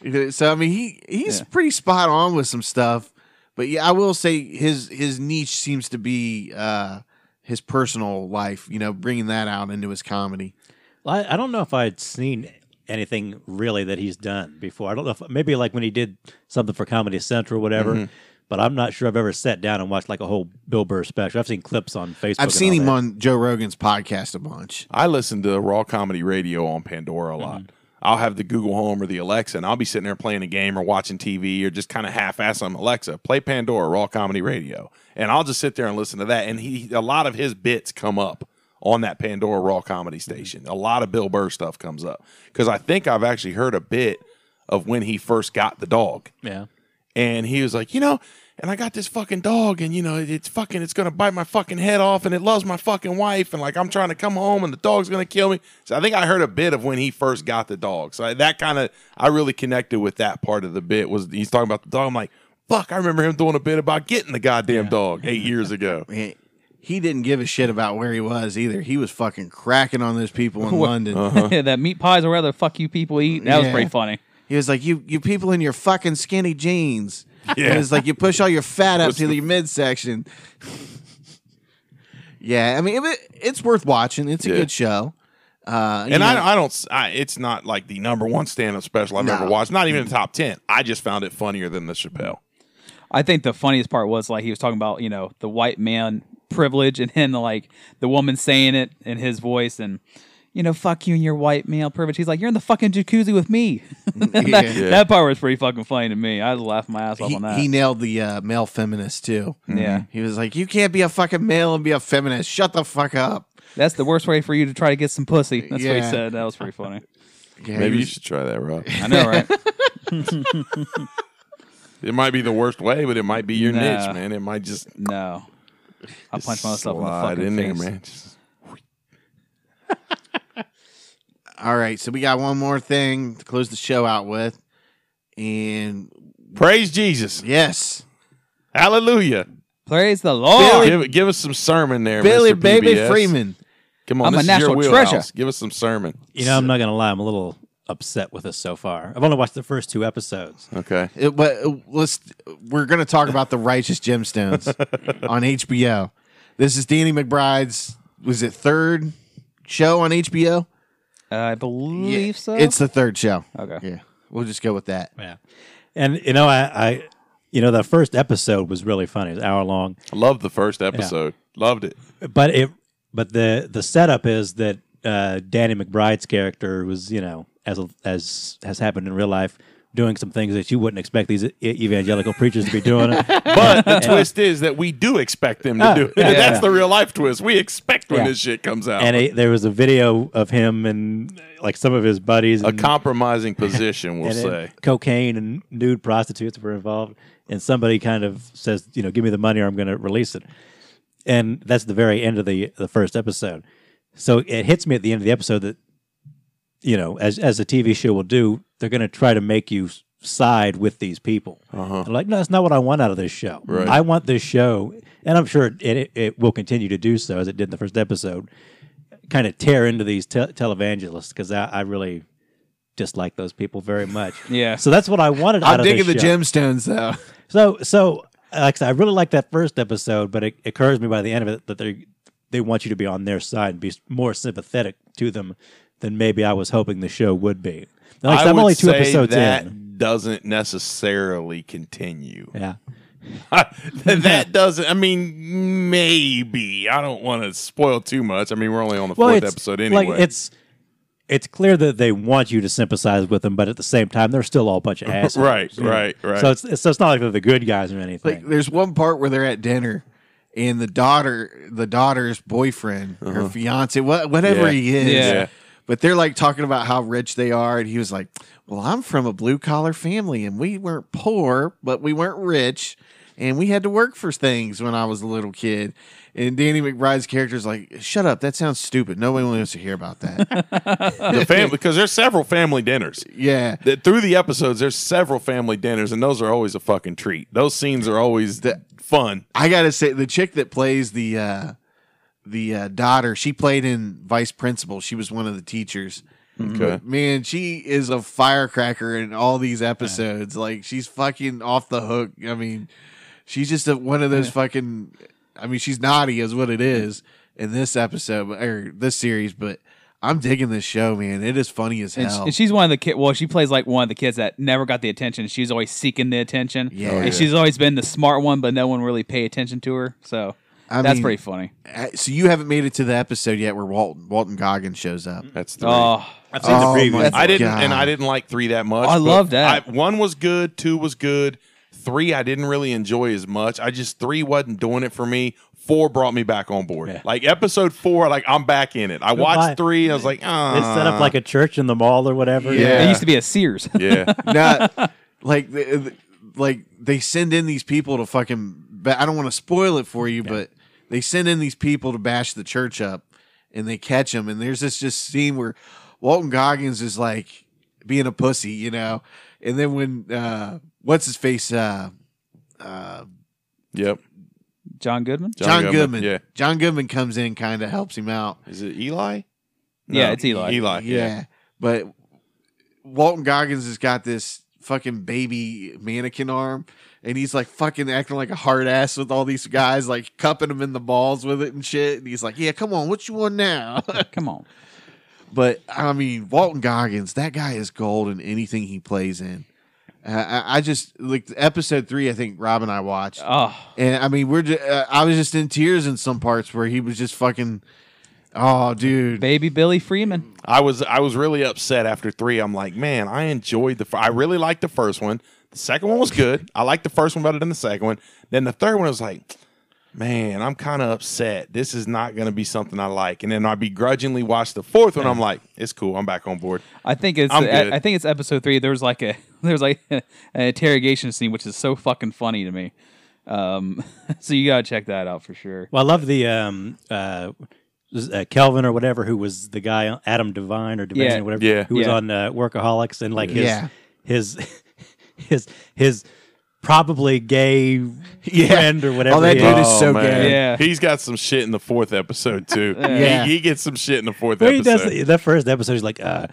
You know, So I mean, he he's pretty spot on with some stuff, But yeah, I will say his his niche seems to be uh, his personal life. You know, bringing that out into his comedy. Well, I, I don't know if I'd seen anything really that he's done before. I don't know if maybe like when he did something for Comedy Central or whatever. Mm-hmm. But I'm not sure I've ever sat down and watched like a whole Bill Burr special. I've seen clips on Facebook. I've and seen all him that. on Joe Rogan's podcast a bunch. I listen to raw comedy radio on Pandora a lot. I'll have the Google Home or the Alexa, and I'll be sitting there playing a game or watching TV or just kind of half-ass on Alexa. Play Pandora raw comedy radio, and I'll just sit there and listen to that. And he, a lot of his bits come up on that Pandora raw comedy station. A lot of Bill Burr stuff comes up because I think I've actually heard a bit of when he first got the dog Yeah. and he was like, you know, and I got this fucking dog, and you know, it- it's fucking, it's gonna bite my fucking head off, and it loves my fucking wife, and like I'm trying to come home, and the dog's gonna kill me. So I think I heard a bit of when he first got the dog. So I, that kind of, I really connected with that part of the bit was he's talking about the dog. I'm like, fuck, I remember him doing a bit about getting the goddamn dog eight years ago. He, he didn't give a shit about where he was either. He was fucking cracking on those people in London. that meat pies or rather fuck you people eat. That was Uh-huh. Yeah. pretty funny. He was like, "You, you people in your fucking skinny jeans." Yeah. Yeah. He was like, "You push all your fat up What's to the- your midsection." yeah, I mean, it, it's worth watching. It's a Yeah. good show. Uh, you And know, I, I don't, s- I, it's not like the number one stand up special I've ever No. watched, not even the top 10. I just found it funnier than the Chappelle. I think the funniest part was like he was talking about you know the white man privilege and then like the woman saying it in his voice and you know fuck you and your white male privilege. He's like you're in the fucking jacuzzi with me. yeah. That part was pretty fucking funny to me. I was laughing my ass off on that. he, he nailed the uh, male feminist too. Yeah. He was like, "You can't be a fucking male and be a feminist. Shut the fuck up." That's the worst way for you to try to get some pussy. That's what he Yeah. said. That was pretty funny. Yeah, he Maybe you was- should try that, Rob. I know, right? It might be the worst way, but it might be your Nah. niche, man. It might just No. I punch myself in the slide fucking in there, face. man. Just- All right, so we got one more thing to close the show out with, and Praise Jesus, yes, Hallelujah! Praise the Lord. give, give us some sermon there, Billy Mr. Baby PBS. Freeman. Come on, I'm a this is your national wheelhouse. treasure. Give us some sermon. You know, I'm not gonna lie, I'm a little upset with us so far. I've only watched the first two episodes. Okay, It, but uh, let's we're going to talk about the righteous gemstones on HBO. This is Danny McBride's was it third show on HBO? Uh, I believe so. It's the third show. Okay. Yeah. We'll just go with that. Yeah. And you know, I, I you know, the first episode was really funny. It was an hour long. I loved the first episode. Loved it. But it but the the setup is that uh, Danny McBride's character was, you know, as as has happened in real life, doing some things that you wouldn't expect these e- evangelical preachers to be doing. But the twist is that we do expect them to do it. That's the real life twist. We expect when Oh, Yeah. this shit comes out. and it, there was a video of him and like some of his buddies a and, compromising position, we'll and say. then cocaine and nude prostitutes were involved and somebody kind of says you know give me the money or i'm going to release it and that's the very end of the the first episode so it hits me at the end of the episode that you know as as a tv show will do they're going to try to make you s- side with these people I'm like no that's not what i want out of this show Right. i want this show and i'm sure it, it, it will continue to do so as it did in the first episode kind of tear into these te- televangelists because I, I really dislike those people very much. Yeah. So that's what I wanted. out I'm of digging the this show. gemstones though. So so like I said, I really like that first episode, but it occurs to me by the end of it that they they want you to be on their side and be more sympathetic to them than maybe I was hoping the show would be. Like I said, I'm would only two say episodes that in. doesn't necessarily continue. Yeah. that doesn't. I mean, maybe. I don't want to spoil too much. I mean, we're only on the Well, fourth it's episode anyway. like it's it's clear that they want you to sympathize with them, but at the same time, they're still all a bunch of assholes. Right, you know? right, right. So it's, it's so it's not like they're the good guys or anything. Like there's one part where they're at dinner and the daughter the daughter's boyfriend her fiance what, whatever Yeah. he is Yeah. Yeah. but they're like talking about how rich they are and he was like well i'm from a blue collar family and we weren't poor but we weren't rich and we had to work for things when i was a little kid and danny mcbride's character's like shut up that sounds stupid nobody wants to hear about that the family because there's several family dinners. yeah That through the episodes, there's several family dinners, and those are always a fucking treat. Those scenes are always fun. I gotta say, the chick that plays the uh, the uh, daughter, she played in Vice Principal. She was one of the teachers. Mm-hmm. Okay. Man, she is a firecracker in all these episodes. Like she's fucking off the hook. I mean, She's just a, one of those fucking. I mean, she's naughty is what it is in this episode or this series, but I'm digging this show, man. It is funny as And, sh- hell. and she's one of the kids. Well, she plays like one of the kids that never got the attention. She's always seeking the attention. Yeah. and Oh, yeah. she's always been the smart one, but no one really pay attention to her. So I that's mean, pretty funny. Uh, So you haven't made it to the episode yet where Walton Walton Goggins shows up. That's three. Oh, I've seen Oh, the my preview. I didn't, and God. I didn't like three that much. I but love that. I, one was good, two was good, three I didn't really enjoy as much. I just three wasn't doing it for me. Four brought me back on board. Yeah. Like episode four, like I'm back in it. I watched vibe. three, and I was like, ah, They set up like a church in the mall or whatever. Yeah. it used to be a Sears. yeah. Not like the, the- like they send in these people to fucking. Ba- I don't want to spoil it for you, but they send in these people to bash the church up, and they catch them. And there's this just scene where Walton Goggins is like being a pussy, you know. And then when uh, what's his face, uh, uh, Yep. John Goodman. John, Goodman. Yeah. John Goodman comes in, kind of helps him out. Is it Eli? Yeah, it's Eli. Eli. Yeah. But Walton Goggins has got this fucking baby mannequin arm and he's like fucking acting like a hard ass with all these guys, like cupping him in the balls with it and shit. And he's like, Yeah, come on, what you want now? Come on. but I mean, Walton Goggins, that guy is gold in anything he plays in. Uh, I, I just like episode three, I think Rob and I watched. Oh, And I mean, we're just, uh, I was just in tears in some parts where he was just fucking, oh, dude. baby Billy Freeman. I was I was really upset after three. I'm like, man, I enjoyed the. fir- I really liked the first one. The second one was good. I liked the first one better than the second one. Then the third one I was like, man, I'm kind of upset. This is not going to be something I like. And then I begrudgingly watched the fourth one. I'm like, it's cool. I'm back on board. I think it's I'm I, good. I think it's episode three. There was like a there was like an interrogation scene, which is so fucking funny to me. Um, so you gotta check that out for sure. Well, I love the um uh, was- uh Kelvin or whatever who was the guy Adam Devine or Devine Yeah. or whatever Yeah. who was Yeah. on uh, Workaholics and like his Yeah. his his his probably gay friend or whatever. Oh, that he dude is. is so gay. Yeah. he's got some shit in the fourth episode too. Yeah. he, he gets some shit in the fourth Well, he episode. does that first episode. He's like, uh,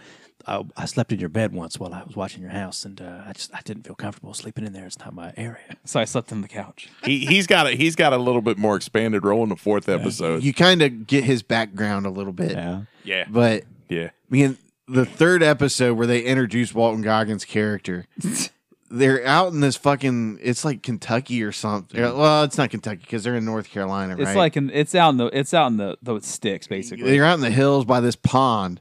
I, I slept in your bed once while I was watching your house, and uh, I just I didn't feel comfortable sleeping in there. It's not my area. So I slept on the couch. he, he's got a he's got a little bit more expanded role in the fourth episode. you kind of get his background a little bit. Yeah, But yeah. I mean, the third episode where they introduce Walton Goggins' character, they're out in this fucking. It's like Kentucky or something. Well, it's not Kentucky because they're in North Carolina, It's right? like an it's out in the it's out in the the sticks basically. they're out in the hills by this pond.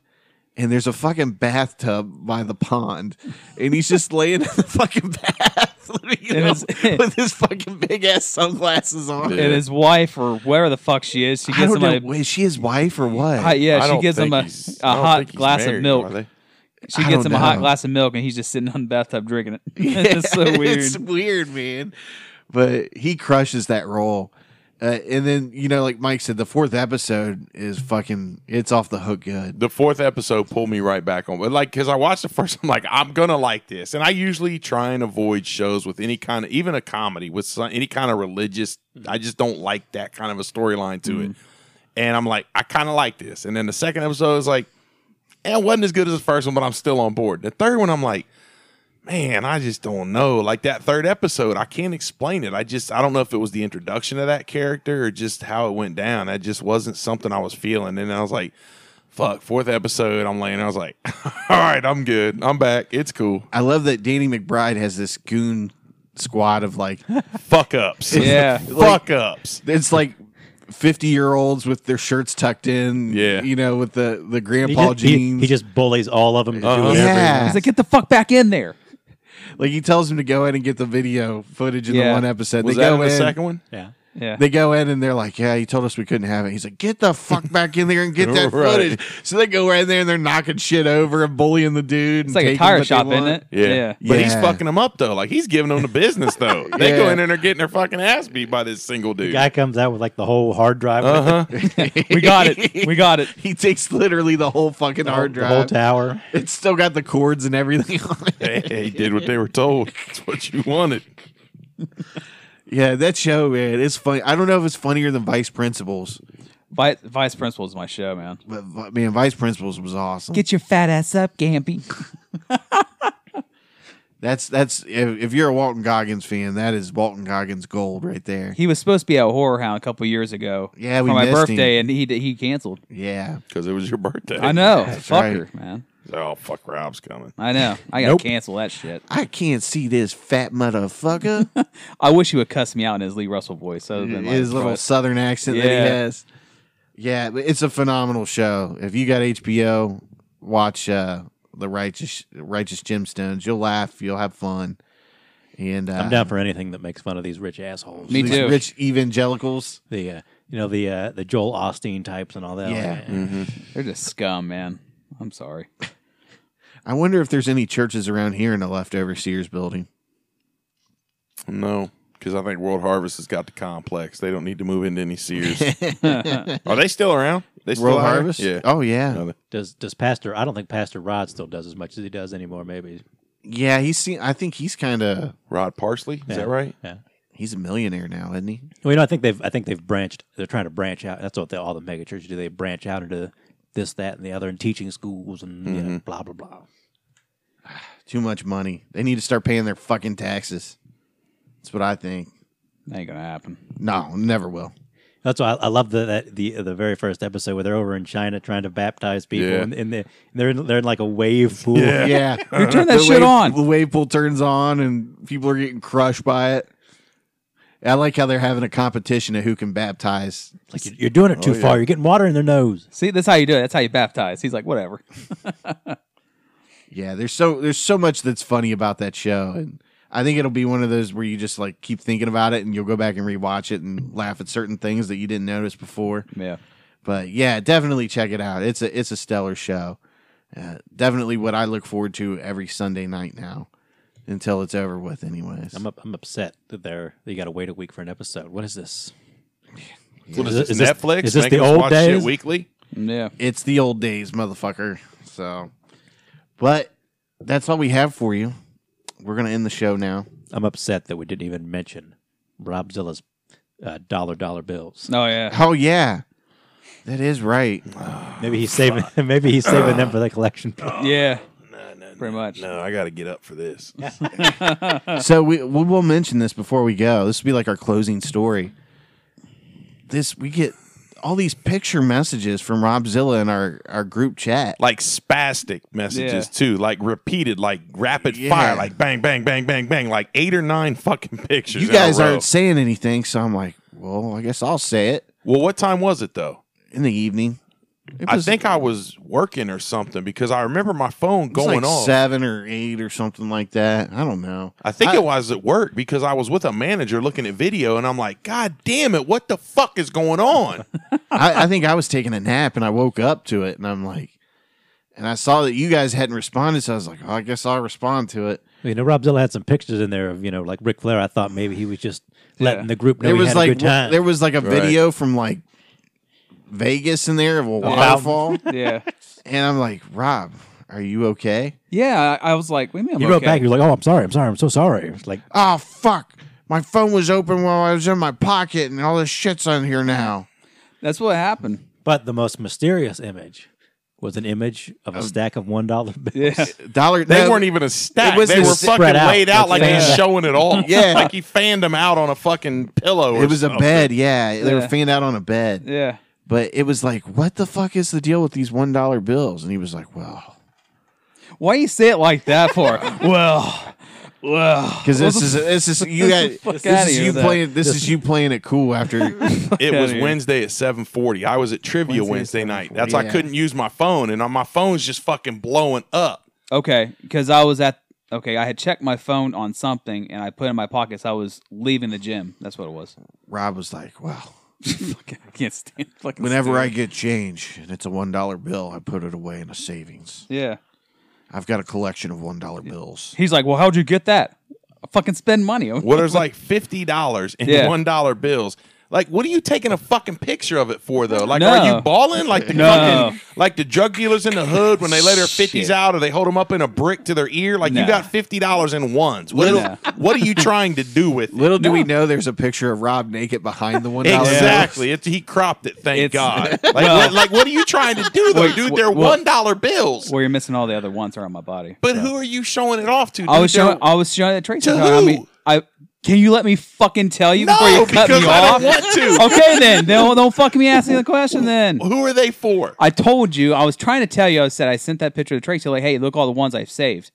And there's a fucking bathtub by the pond, and he's just laying in the fucking bath you And know, it's- with his fucking big ass sunglasses on. Yeah. and his wife or wherever the fuck she is, she I gets don't him a know. Is she his wife or what? hi- yeah, I she don't gives him think a, he's- I a don't hot think he's glass married, of are milk. they? She I gets don't him a hot know. glass of milk, and he's just sitting on the bathtub drinking it. it's so weird. It's weird, man. But he crushes that role. Uh, and then you know, like Mike said, the fourth episode is fucking. It's off the hook good. the fourth episode pulled me right back on. But like, because I watched the first, I'm like, I'm gonna like this, and I usually try and avoid shows with any kind of, even a comedy with some, any kind of religious. I just don't like that kind of a storyline to it. And I'm like, I kind of like this. And then the second episode is like, eh, it wasn't as good as the first one, but I'm still on board. The third one, I'm like, man, I just don't know. Like that third episode, I can't explain it. I just I don't know if it was the introduction of that character or just how it went down. That just wasn't something I was feeling. And I was like, fuck, fourth episode, I'm laying. I was like, all right, I'm good. I'm back. It's cool. I love that Danny McBride has this goon squad of like. Fuck ups. Yeah. fuck ups. it's like. 50 year olds with their shirts tucked in, Yeah. you know, with the the He grandpa just, he- jeans. he just bullies all of them to do Uh-huh. whatever. he Yeah. wants. He's like, get the fuck back in there. like he tells him to go in and get the video footage in the Yeah. one episode. Was they that go in the in, second one? Yeah. Yeah. They go in and they're like, "Yeah, he told us we couldn't have it." He's like, "Get the fuck back in there and get that Right. footage." So they go in there and they're knocking shit over and bullying the dude. it's like a tire shop, isn't it? Yeah. But he's Yeah. fucking them up though. Like he's giving them the business though. They go Yeah. in and they're getting their fucking ass beat by this single dude. Guy comes out with like the whole hard drive, Uh-huh. We got it. We got it. He takes literally the whole fucking the, whole, hard the whole drive. tower. it's still got the cords and everything on it. Hey, he did what they were told. It's what you wanted. Yeah, that show, man, it's funny. I don't know if it's funnier than Vice Principals, Vice, Vice Principal is my show, man. but vi- man, Vice Principals was awesome. Get your fat ass up, Gampy. That's that's if, if you're a Walton Goggins fan, that is Walton Goggins gold right there. He was supposed to be at Horror Hound a couple years ago. Yeah, we for my missed him. birthday, and he he canceled. yeah, because it was your birthday. I know, That's fucker, right. man. Oh fuck, Rob's coming. I know. I gotta Nope. cancel that shit. I can't see this fat motherfucker. I wish he would cuss me out in his Lee Russell voice. Other than like, his little but- southern accent that he Yeah. has. Yeah, but it's a phenomenal show. If you got HBO, watch uh, the Righteous Righteous Gemstones. You'll laugh. You'll have fun. And uh, I'm down for anything that makes fun of these rich assholes. Me these too. Rich evangelicals. The uh, you know the uh, the Joel Austin types and all Oh, that. Yeah. Mm. Like, they're just scum, man. I'm sorry. I wonder if there's any churches around here in the leftover Sears building. No, because I think World Harvest has got the complex. They don't need to move into any Sears. Are they still around? They still World out here? Harvest. Yeah. Oh yeah. No, they- Does does Pastor? I don't think Pastor Rod still does as much as he does anymore. Maybe. Yeah. He's seen. I think he's kind of. Rod Parsley. Is that right? Yeah. He's a millionaire now, isn't he? Well, you know, I think they've I think they've branched. They're trying to branch out. That's what they, all the megachurches do. They branch out into this, that, and the other, and teaching schools and you know, blah blah blah. Too much money. They need to start paying their fucking taxes. That's what I think. That ain't gonna happen. No, never will. That's why I, I love the that the the very first episode where they're over in China trying to baptize people, Yeah. and, and they they're in, they're in like a wave pool. Yeah. Who turned that The shit wave- on? The wave pool turns on and people are getting crushed by it. I like how they're having a competition of who can baptize. It's like you're, you're doing it too far. You're getting water in their nose. See, that's how you do it. That's how you baptize. He's like, whatever. Yeah, there's so there's so much that's funny about that show and I think it'll be one of those where you just like keep thinking about it and you'll go back and rewatch it and laugh at certain things that you didn't notice before. Yeah. But yeah, definitely check it out. It's a it's a stellar show. Uh, definitely what I look forward to every Sunday night now until it's over with anyways. I'm up, I'm upset that they're they got to wait a week for an episode. What is this? What is, Is this? this- Netflix? is this Making the us old watch shit days? weekly? Yeah. it's the old days, motherfucker. So, but that's all we have for you. We're gonna end the show now. I'm upset that we didn't even mention Rob Zilla's uh, dollar dollar bills. Oh yeah. Oh yeah, that is right. Maybe he's saving maybe he's saving them for the collection. Oh, Yeah. No, no, no. Pretty much. No, I got to get up for this. So we we will mention this before we go. This will be like our closing story. This we get all these picture messages from Rob Zilla in our our group chat. like spastic messages Yeah. too, like repeated, like rapid Yeah. fire, like bang, bang, bang, bang, bang, like eight or nine fucking pictures. You in a guys row. aren't saying anything, so I'm like, well, I guess I'll say it Well, what time was it though? in the evening. It I think I was working or something because I remember my phone it was going like off. seven or eight or something like that. I don't know. I think it was at work because I was with a manager looking at video and I'm like, God damn it, what the fuck is going on? I, I think I was taking a nap and I woke up to it and I'm like, and I saw that you guys hadn't responded, so I was like, oh, I guess I'll respond to it. You know, Rob Zilla had some pictures in there of you know like Ric Flair. I thought maybe he was just letting Yeah. the group know there he was had a like good time. there was like a video from like Vegas in there of a waterfall, Yeah. and I'm like, Rob, are you okay? Yeah. I, I was like, wait a minute. I'm you wrote okay. back. You're like, "Oh, I'm sorry. I'm sorry. I'm so sorry." It's like, Oh fuck, my phone was open while I was in my pocket, and all this shit's on here now. That's what happened. but the most mysterious image was an image of a Um, stack of one dollar bills. Yeah. Dollar They no, weren't even a stack. It was they were just fucking spread out, laid out like like they fanned was out. showing it all. Yeah. Like he fanned them out on a fucking pillow or It was a something. bed, yeah. They were Yeah. fanned out on a bed. Yeah. But it was like, what the fuck is the deal with these one dollar bills? And he was like, well, Why you say it like that for? well. Well. Because this is this is you Get the got fuck this outta is here you with that. playing this is you playing it cool after It outta was here. Wednesday at seven forty. I was at trivia Wednesday, night. That's why I Yeah. couldn't use my phone, and uh, my phone's just fucking blowing up. Okay, because I was at okay, I had checked my phone on something and I put it in my pockets. I was leaving the gym. That's what it was. Rob was like, Well, Fucking- I can't stand. Fucking whenever I stupid. get change and it's a one dollar bill, I put it away in a savings. yeah, I've got a collection of one dollar bills. he's like, "Well, how'd you get that? I fucking spend money." Well, there's like fifty dollars in Yeah. one dollar bills. Like, what are you taking a fucking picture of it for though? Like, No. are you balling? Like the No. fucking like the drug dealers in the hood when they let their fifties Shit. out, or they hold them up in a brick to their ear. Like, you No. got fifty dollars in ones. What No. what are you trying to do with it? Little do we know there's a picture of Rob naked behind the one dollar. Exactly. It's, he cropped it. Thank It's- God. Like, what, like, what are you trying to do, though, dude? They're wait, one dollar bills. Well, you're missing all the other ones are on my body. but who are you showing it off to? Dude? I was showing. They're- I was showing that Tracy. To I who? mean, I can you let me fucking tell you no, before you cut because me I off? don't want to. okay, then don't don't fucking me asking the question then. Who are they for? I told you. I was trying to tell you. I said I sent that picture to Tracy. Like, hey, look all the ones I've saved.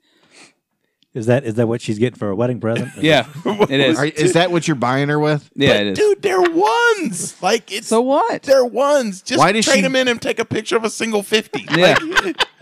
Is that is that what she's getting for a wedding present? Yeah, it is. Are, is that what you're buying her with? yeah, But, it is. Dude, they're ones. Like it's so what? they're ones. Just Why trade does she- them in and take a picture of a single fifty. Yeah.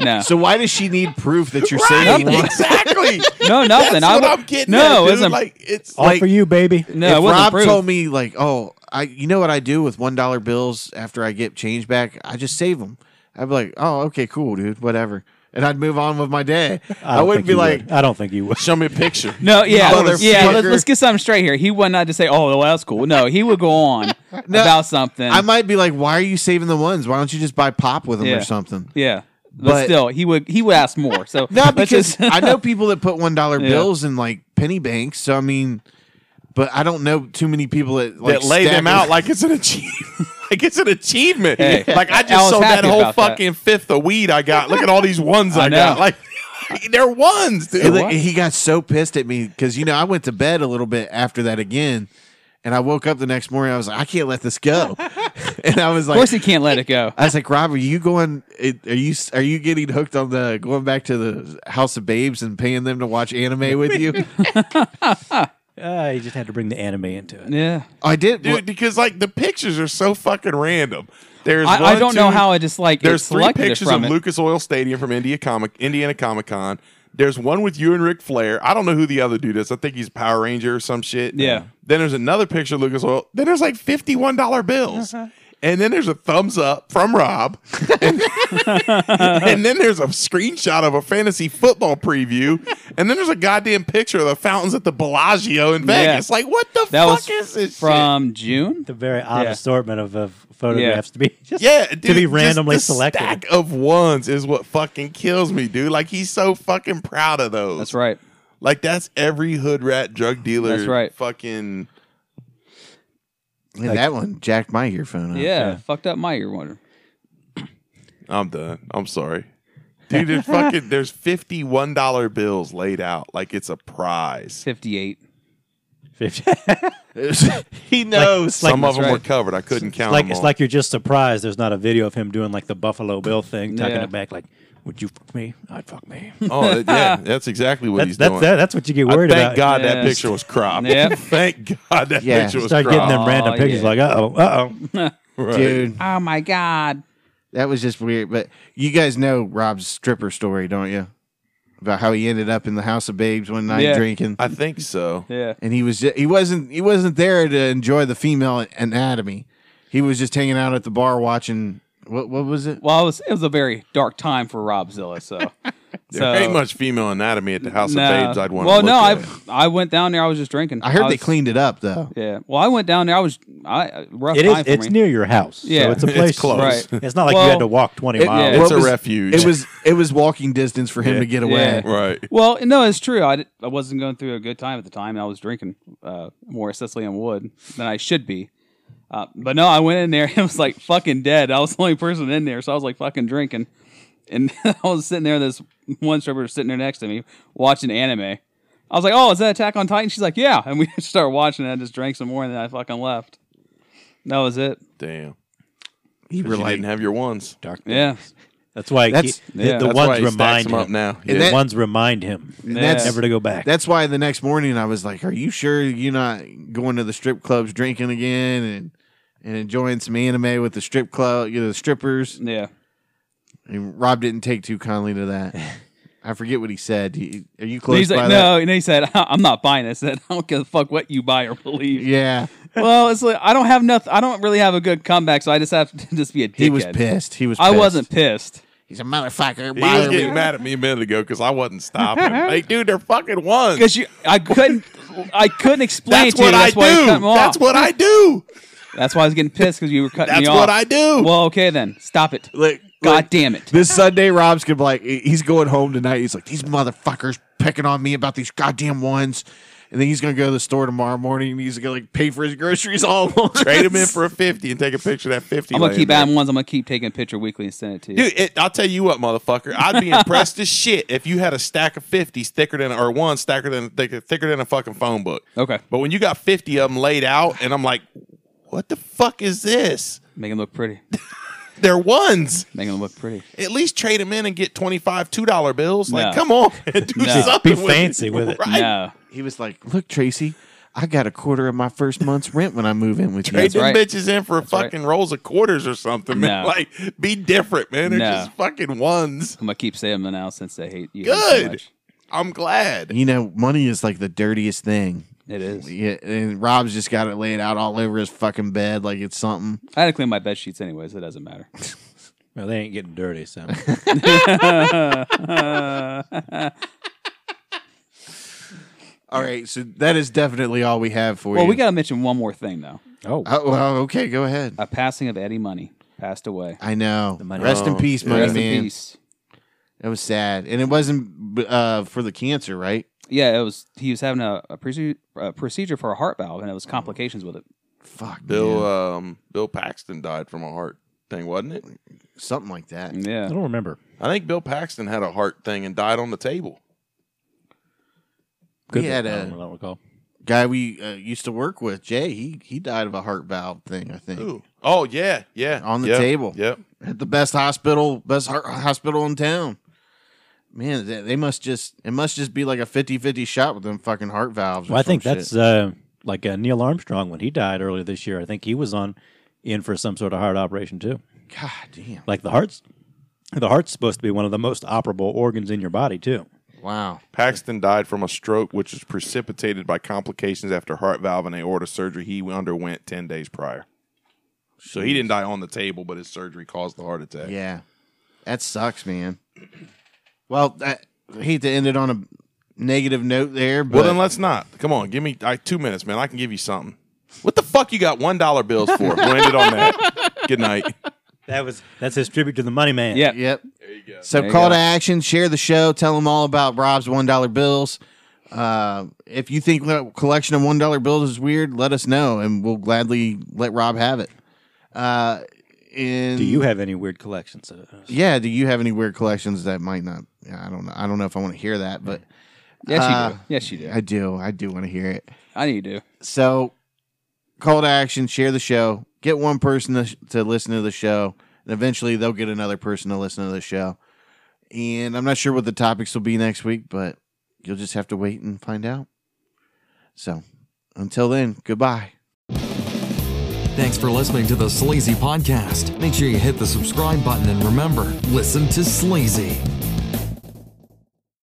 No. So why does she need proof that you're right. saving? money? Exactly. no, nothing. That's I what w- I'm getting. No, at, it's dude. a- like it's All Like- for you, baby. no. it if wasn't Rob proof. told me like, oh, I you know what I do with one dollar bills after I get change back, I just save them. I'd be like, oh, okay, cool, dude, whatever, and I'd move on with my day. I, don't wouldn't think be you like, would. I don't think you would. show me a picture. no, yeah, Motherfucker. yeah. Let's, let's get something straight here. He would not just say, "Oh, well, that's cool." No, he would go on about something. I might be like, why are you saving the ones? Why don't you just buy pop with them Yeah. or something? yeah, but, But- still, he would he would ask more. So No, let's because just- I know people that put one dollar bills in like penny banks. So I mean, but I don't know too many people that like that lay stack them them. out like it's an achievement. like it's an achievement. Hey, like I I just was sold that happy whole about that. fucking fifth of weed I got. Look at all these ones I, I know. got. Like they're ones, He, dude. look- he got so pissed at me because you know I went to bed a little bit after that again, and I woke up the next morning. I was like, I can't let this go, and I was of course like, he can't let it go. I was like, Rob, are you going? it- Are you are you getting hooked on the going back to the House of Babes and paying them to watch anime with you? Oh, Uh, you just had to bring the anime into it. Yeah, I did. dude, because like the pictures are so fucking random. There's I, I one, don't know two- how I just like There's it three selected it pictures from of it. Lucas Oil Stadium from India Comic Indiana Comic Con. There's one with you and Ric Flair. I don't know who the other dude is. I think he's a Power Ranger or some shit. Yeah. Then there's another picture of Lucas Oil. Then there's like fifty-one dollar bills. And then there's a thumbs up from Rob. And, and then there's a screenshot of a fantasy football preview. And then there's a goddamn picture of the fountains at the Bellagio in Yeah. Vegas. Like, what the That fuck was is this shit? from June. The very odd Yeah. assortment of, of photographs to be just Yeah, to dude, be just randomly the selected. Stack of ones is what fucking kills me, dude. Like he's so fucking proud of those. That's right. Like that's every hood rat drug dealer. That's right. Fucking Yeah, that one jacked my earphone. Up. Yeah, fucked up my ear wonder. I'm done. I'm sorry. Dude, there's fucking there's fifty one dollar bills laid out like it's a prize. Fifty eight. he knows. like- Some of that's them were right. covered. I couldn't It's count like them it's all. like you're just surprised there's not a video of him doing like the Buffalo Bill thing, tucking Yeah. it back like, "Would you fuck me? I'd fuck me." oh yeah, that's exactly what That's he's that's doing. that, that's what you get I worried thank about. God Yeah. that picture was cropped. Yep. thank God that Yeah. picture was Start getting cropped. them random Oh, pictures yeah. like, "Uh oh, uh oh." Right. dude, Oh my god. that was just weird. But you guys know Rob's stripper story, don't you? About how he ended up in the House of Babes one night Yeah. drinking. I think so. Yeah. and he was he wasn't he wasn't there to enjoy the female anatomy. He was just hanging out at the bar watching what what was it? Well, it was it was a very dark time for Rob Zilla. So. There ain't much female anatomy at the House of Babes I'd want Well, to no, look I at. I went down there. I was just drinking. I heard they was- cleaned it up though. Yeah. Well, I went down there. I was I rough It time is. for It's me. near your house, Yeah. so it's a It's place. close. Right. It's not like Well, you had to walk 20 it- miles. yeah. It's What a was- refuge. It was it was walking distance for him Yeah. to get away. Yeah. right. Well, no, it's true. I, did- I wasn't going through a good time at the time. and I was drinking uh, more Sicilian wood than I should be. Uh, but no, I went in there and it was like fucking dead. I was the only person in there, so I was like fucking drinking. And I was sitting there, this one stripper was sitting there next to me watching anime. I was like, "Oh, is that Attack on Titan?" She's like, "Yeah," and we just started watching. And I just drank some more, and then I fucking left. That was it. Damn. You You were like, didn't have your ones. Dark. Yeah, That's why That's- that's, the, yeah. the That's why ones he stacks remind them him. up now. The And that- ones remind him that's- never to go back. that's why the next morning I was like, "Are you sure you're not going to the strip clubs drinking again and and enjoying some anime with the strip club, you know, the strippers?" yeah. And Rob didn't take too kindly to that. I forget what he said. He- Are you And close He's by like, that? no, and he said, "I'm not buying this." I said, "I don't give a fuck what you buy or believe." Yeah, well, it's like I don't have nothing. I don't really have a good comeback, so I just have to just be a dickhead. he was pissed. He was. I pissed. wasn't pissed. He's a motherfucker. He was Bother me. getting mad at me a minute ago because I wasn't stopping. like, dude, they're fucking ones. because you, I couldn't, I couldn't explain That's to you. what I that's why you cut do. me off. That's what I do. That's why I was getting pissed because you were cutting That's me off. what I do. Well, okay then. Stop it. Like, God like, damn it. This Sunday, Rob's gonna be like, he- he's going home tonight. He's like, these motherfuckers picking on me about these goddamn ones. And then he's gonna go to the store tomorrow morning and he's gonna like pay for his groceries all alone. Trade him in for a fifty and take a picture of that fifty. I'm gonna laying keep there. adding ones. I'm gonna keep taking a picture weekly and send it to you. Dude, it, I'll tell you what, motherfucker. I'd be impressed as shit if you had a stack of fifties thicker than, or one stacker than thicker, thicker than a fucking phone book. Okay. But when you got fifty of them laid out, and I'm like, what the fuck is this? Make them look pretty. They're ones. Make them look pretty. At least trade them in and get 25 two dollar bills. No. Like, come on, do No. something. Be with fancy with it. Right? no. He was like, look, Tracy, I got a quarter of my first month's rent when I move in with you. Trade them right. bitches in for fucking rolls of quarters or something, man. No. Like, be different, man. They're No. just fucking ones. I'm gonna keep saying them now since they hate you. So Good. much. I'm glad. You know, money is like the dirtiest thing. It is. Yeah, and Rob's just got it laid out all over his fucking bed like it's something. I had to clean my bed sheets anyways. It doesn't matter. Well, they ain't getting dirty, so All right, so that is definitely all we have for Well, you. we gotta mention one more thing though. oh, Oh, well, okay, go ahead. A passing of Eddie Money passed away. I know. money. Rest in Oh, peace, yeah. money Rest man. in peace. That was sad, and it wasn't b- uh, for the cancer, right? Yeah, it was. He was having a, a, procedure, a procedure for a heart valve, and it was complications with it. Fuck, Bill man. um Bill Paxton died from a heart thing, wasn't it? something like that. I Yeah, don't remember. I think Bill Paxton had a heart thing and died on the table. We be. had I don't, I a don't recall. guy we uh, used to work with, Jay. He he died of a heart valve thing, I think, Ooh. Oh yeah, yeah. On the Yep, table. Yep. at the best hospital, best heart hospital in town. Man, they, they must just it must just be like a 50-50 shot with them fucking heart valves. or Well, I think some that's shit. uh, like uh, Neil Armstrong when he died earlier this year. I think he was on in for some sort of heart operation too. God damn! Like the heart's the heart's supposed to be one of the most operable organs in your body too. Wow. Paxton died from a stroke, which was precipitated by complications after heart valve and aorta surgery he underwent 10 days prior. So he didn't die on the table, but his surgery caused the heart attack. Yeah, that sucks, man. Well, that, I hate to end it on a negative note there, but Well, then let's not. Come on, give me I, two minutes, man. I can give you something. What the fuck you got $1 bills for? we'll end it on that. Good night. That was that's his tribute to the money man. yeah. Yep. There you go. So you call go. to action, share the show, tell them all about Rob's one dollar bills. Uh, if you think the collection of one dollar bills is weird, let us know, and we'll gladly let Rob have it. Uh, and Do you have any weird collections? of those? Yeah. Do you have any weird collections that might not? yeah, I don't know. I don't know if I want to hear that, but Yes, Uh, you do. Yes, you do. I do. I do want to hear it. I know you do. So, call to action, share the show, get one person to, to listen to the show, and eventually they'll get another person to listen to the show. And I'm not sure what the topics will be next week, but you'll just have to wait and find out. So, until then, goodbye. Thanks for listening to the Sleazy Podcast. Make sure you hit the subscribe button and remember, listen to Sleazy.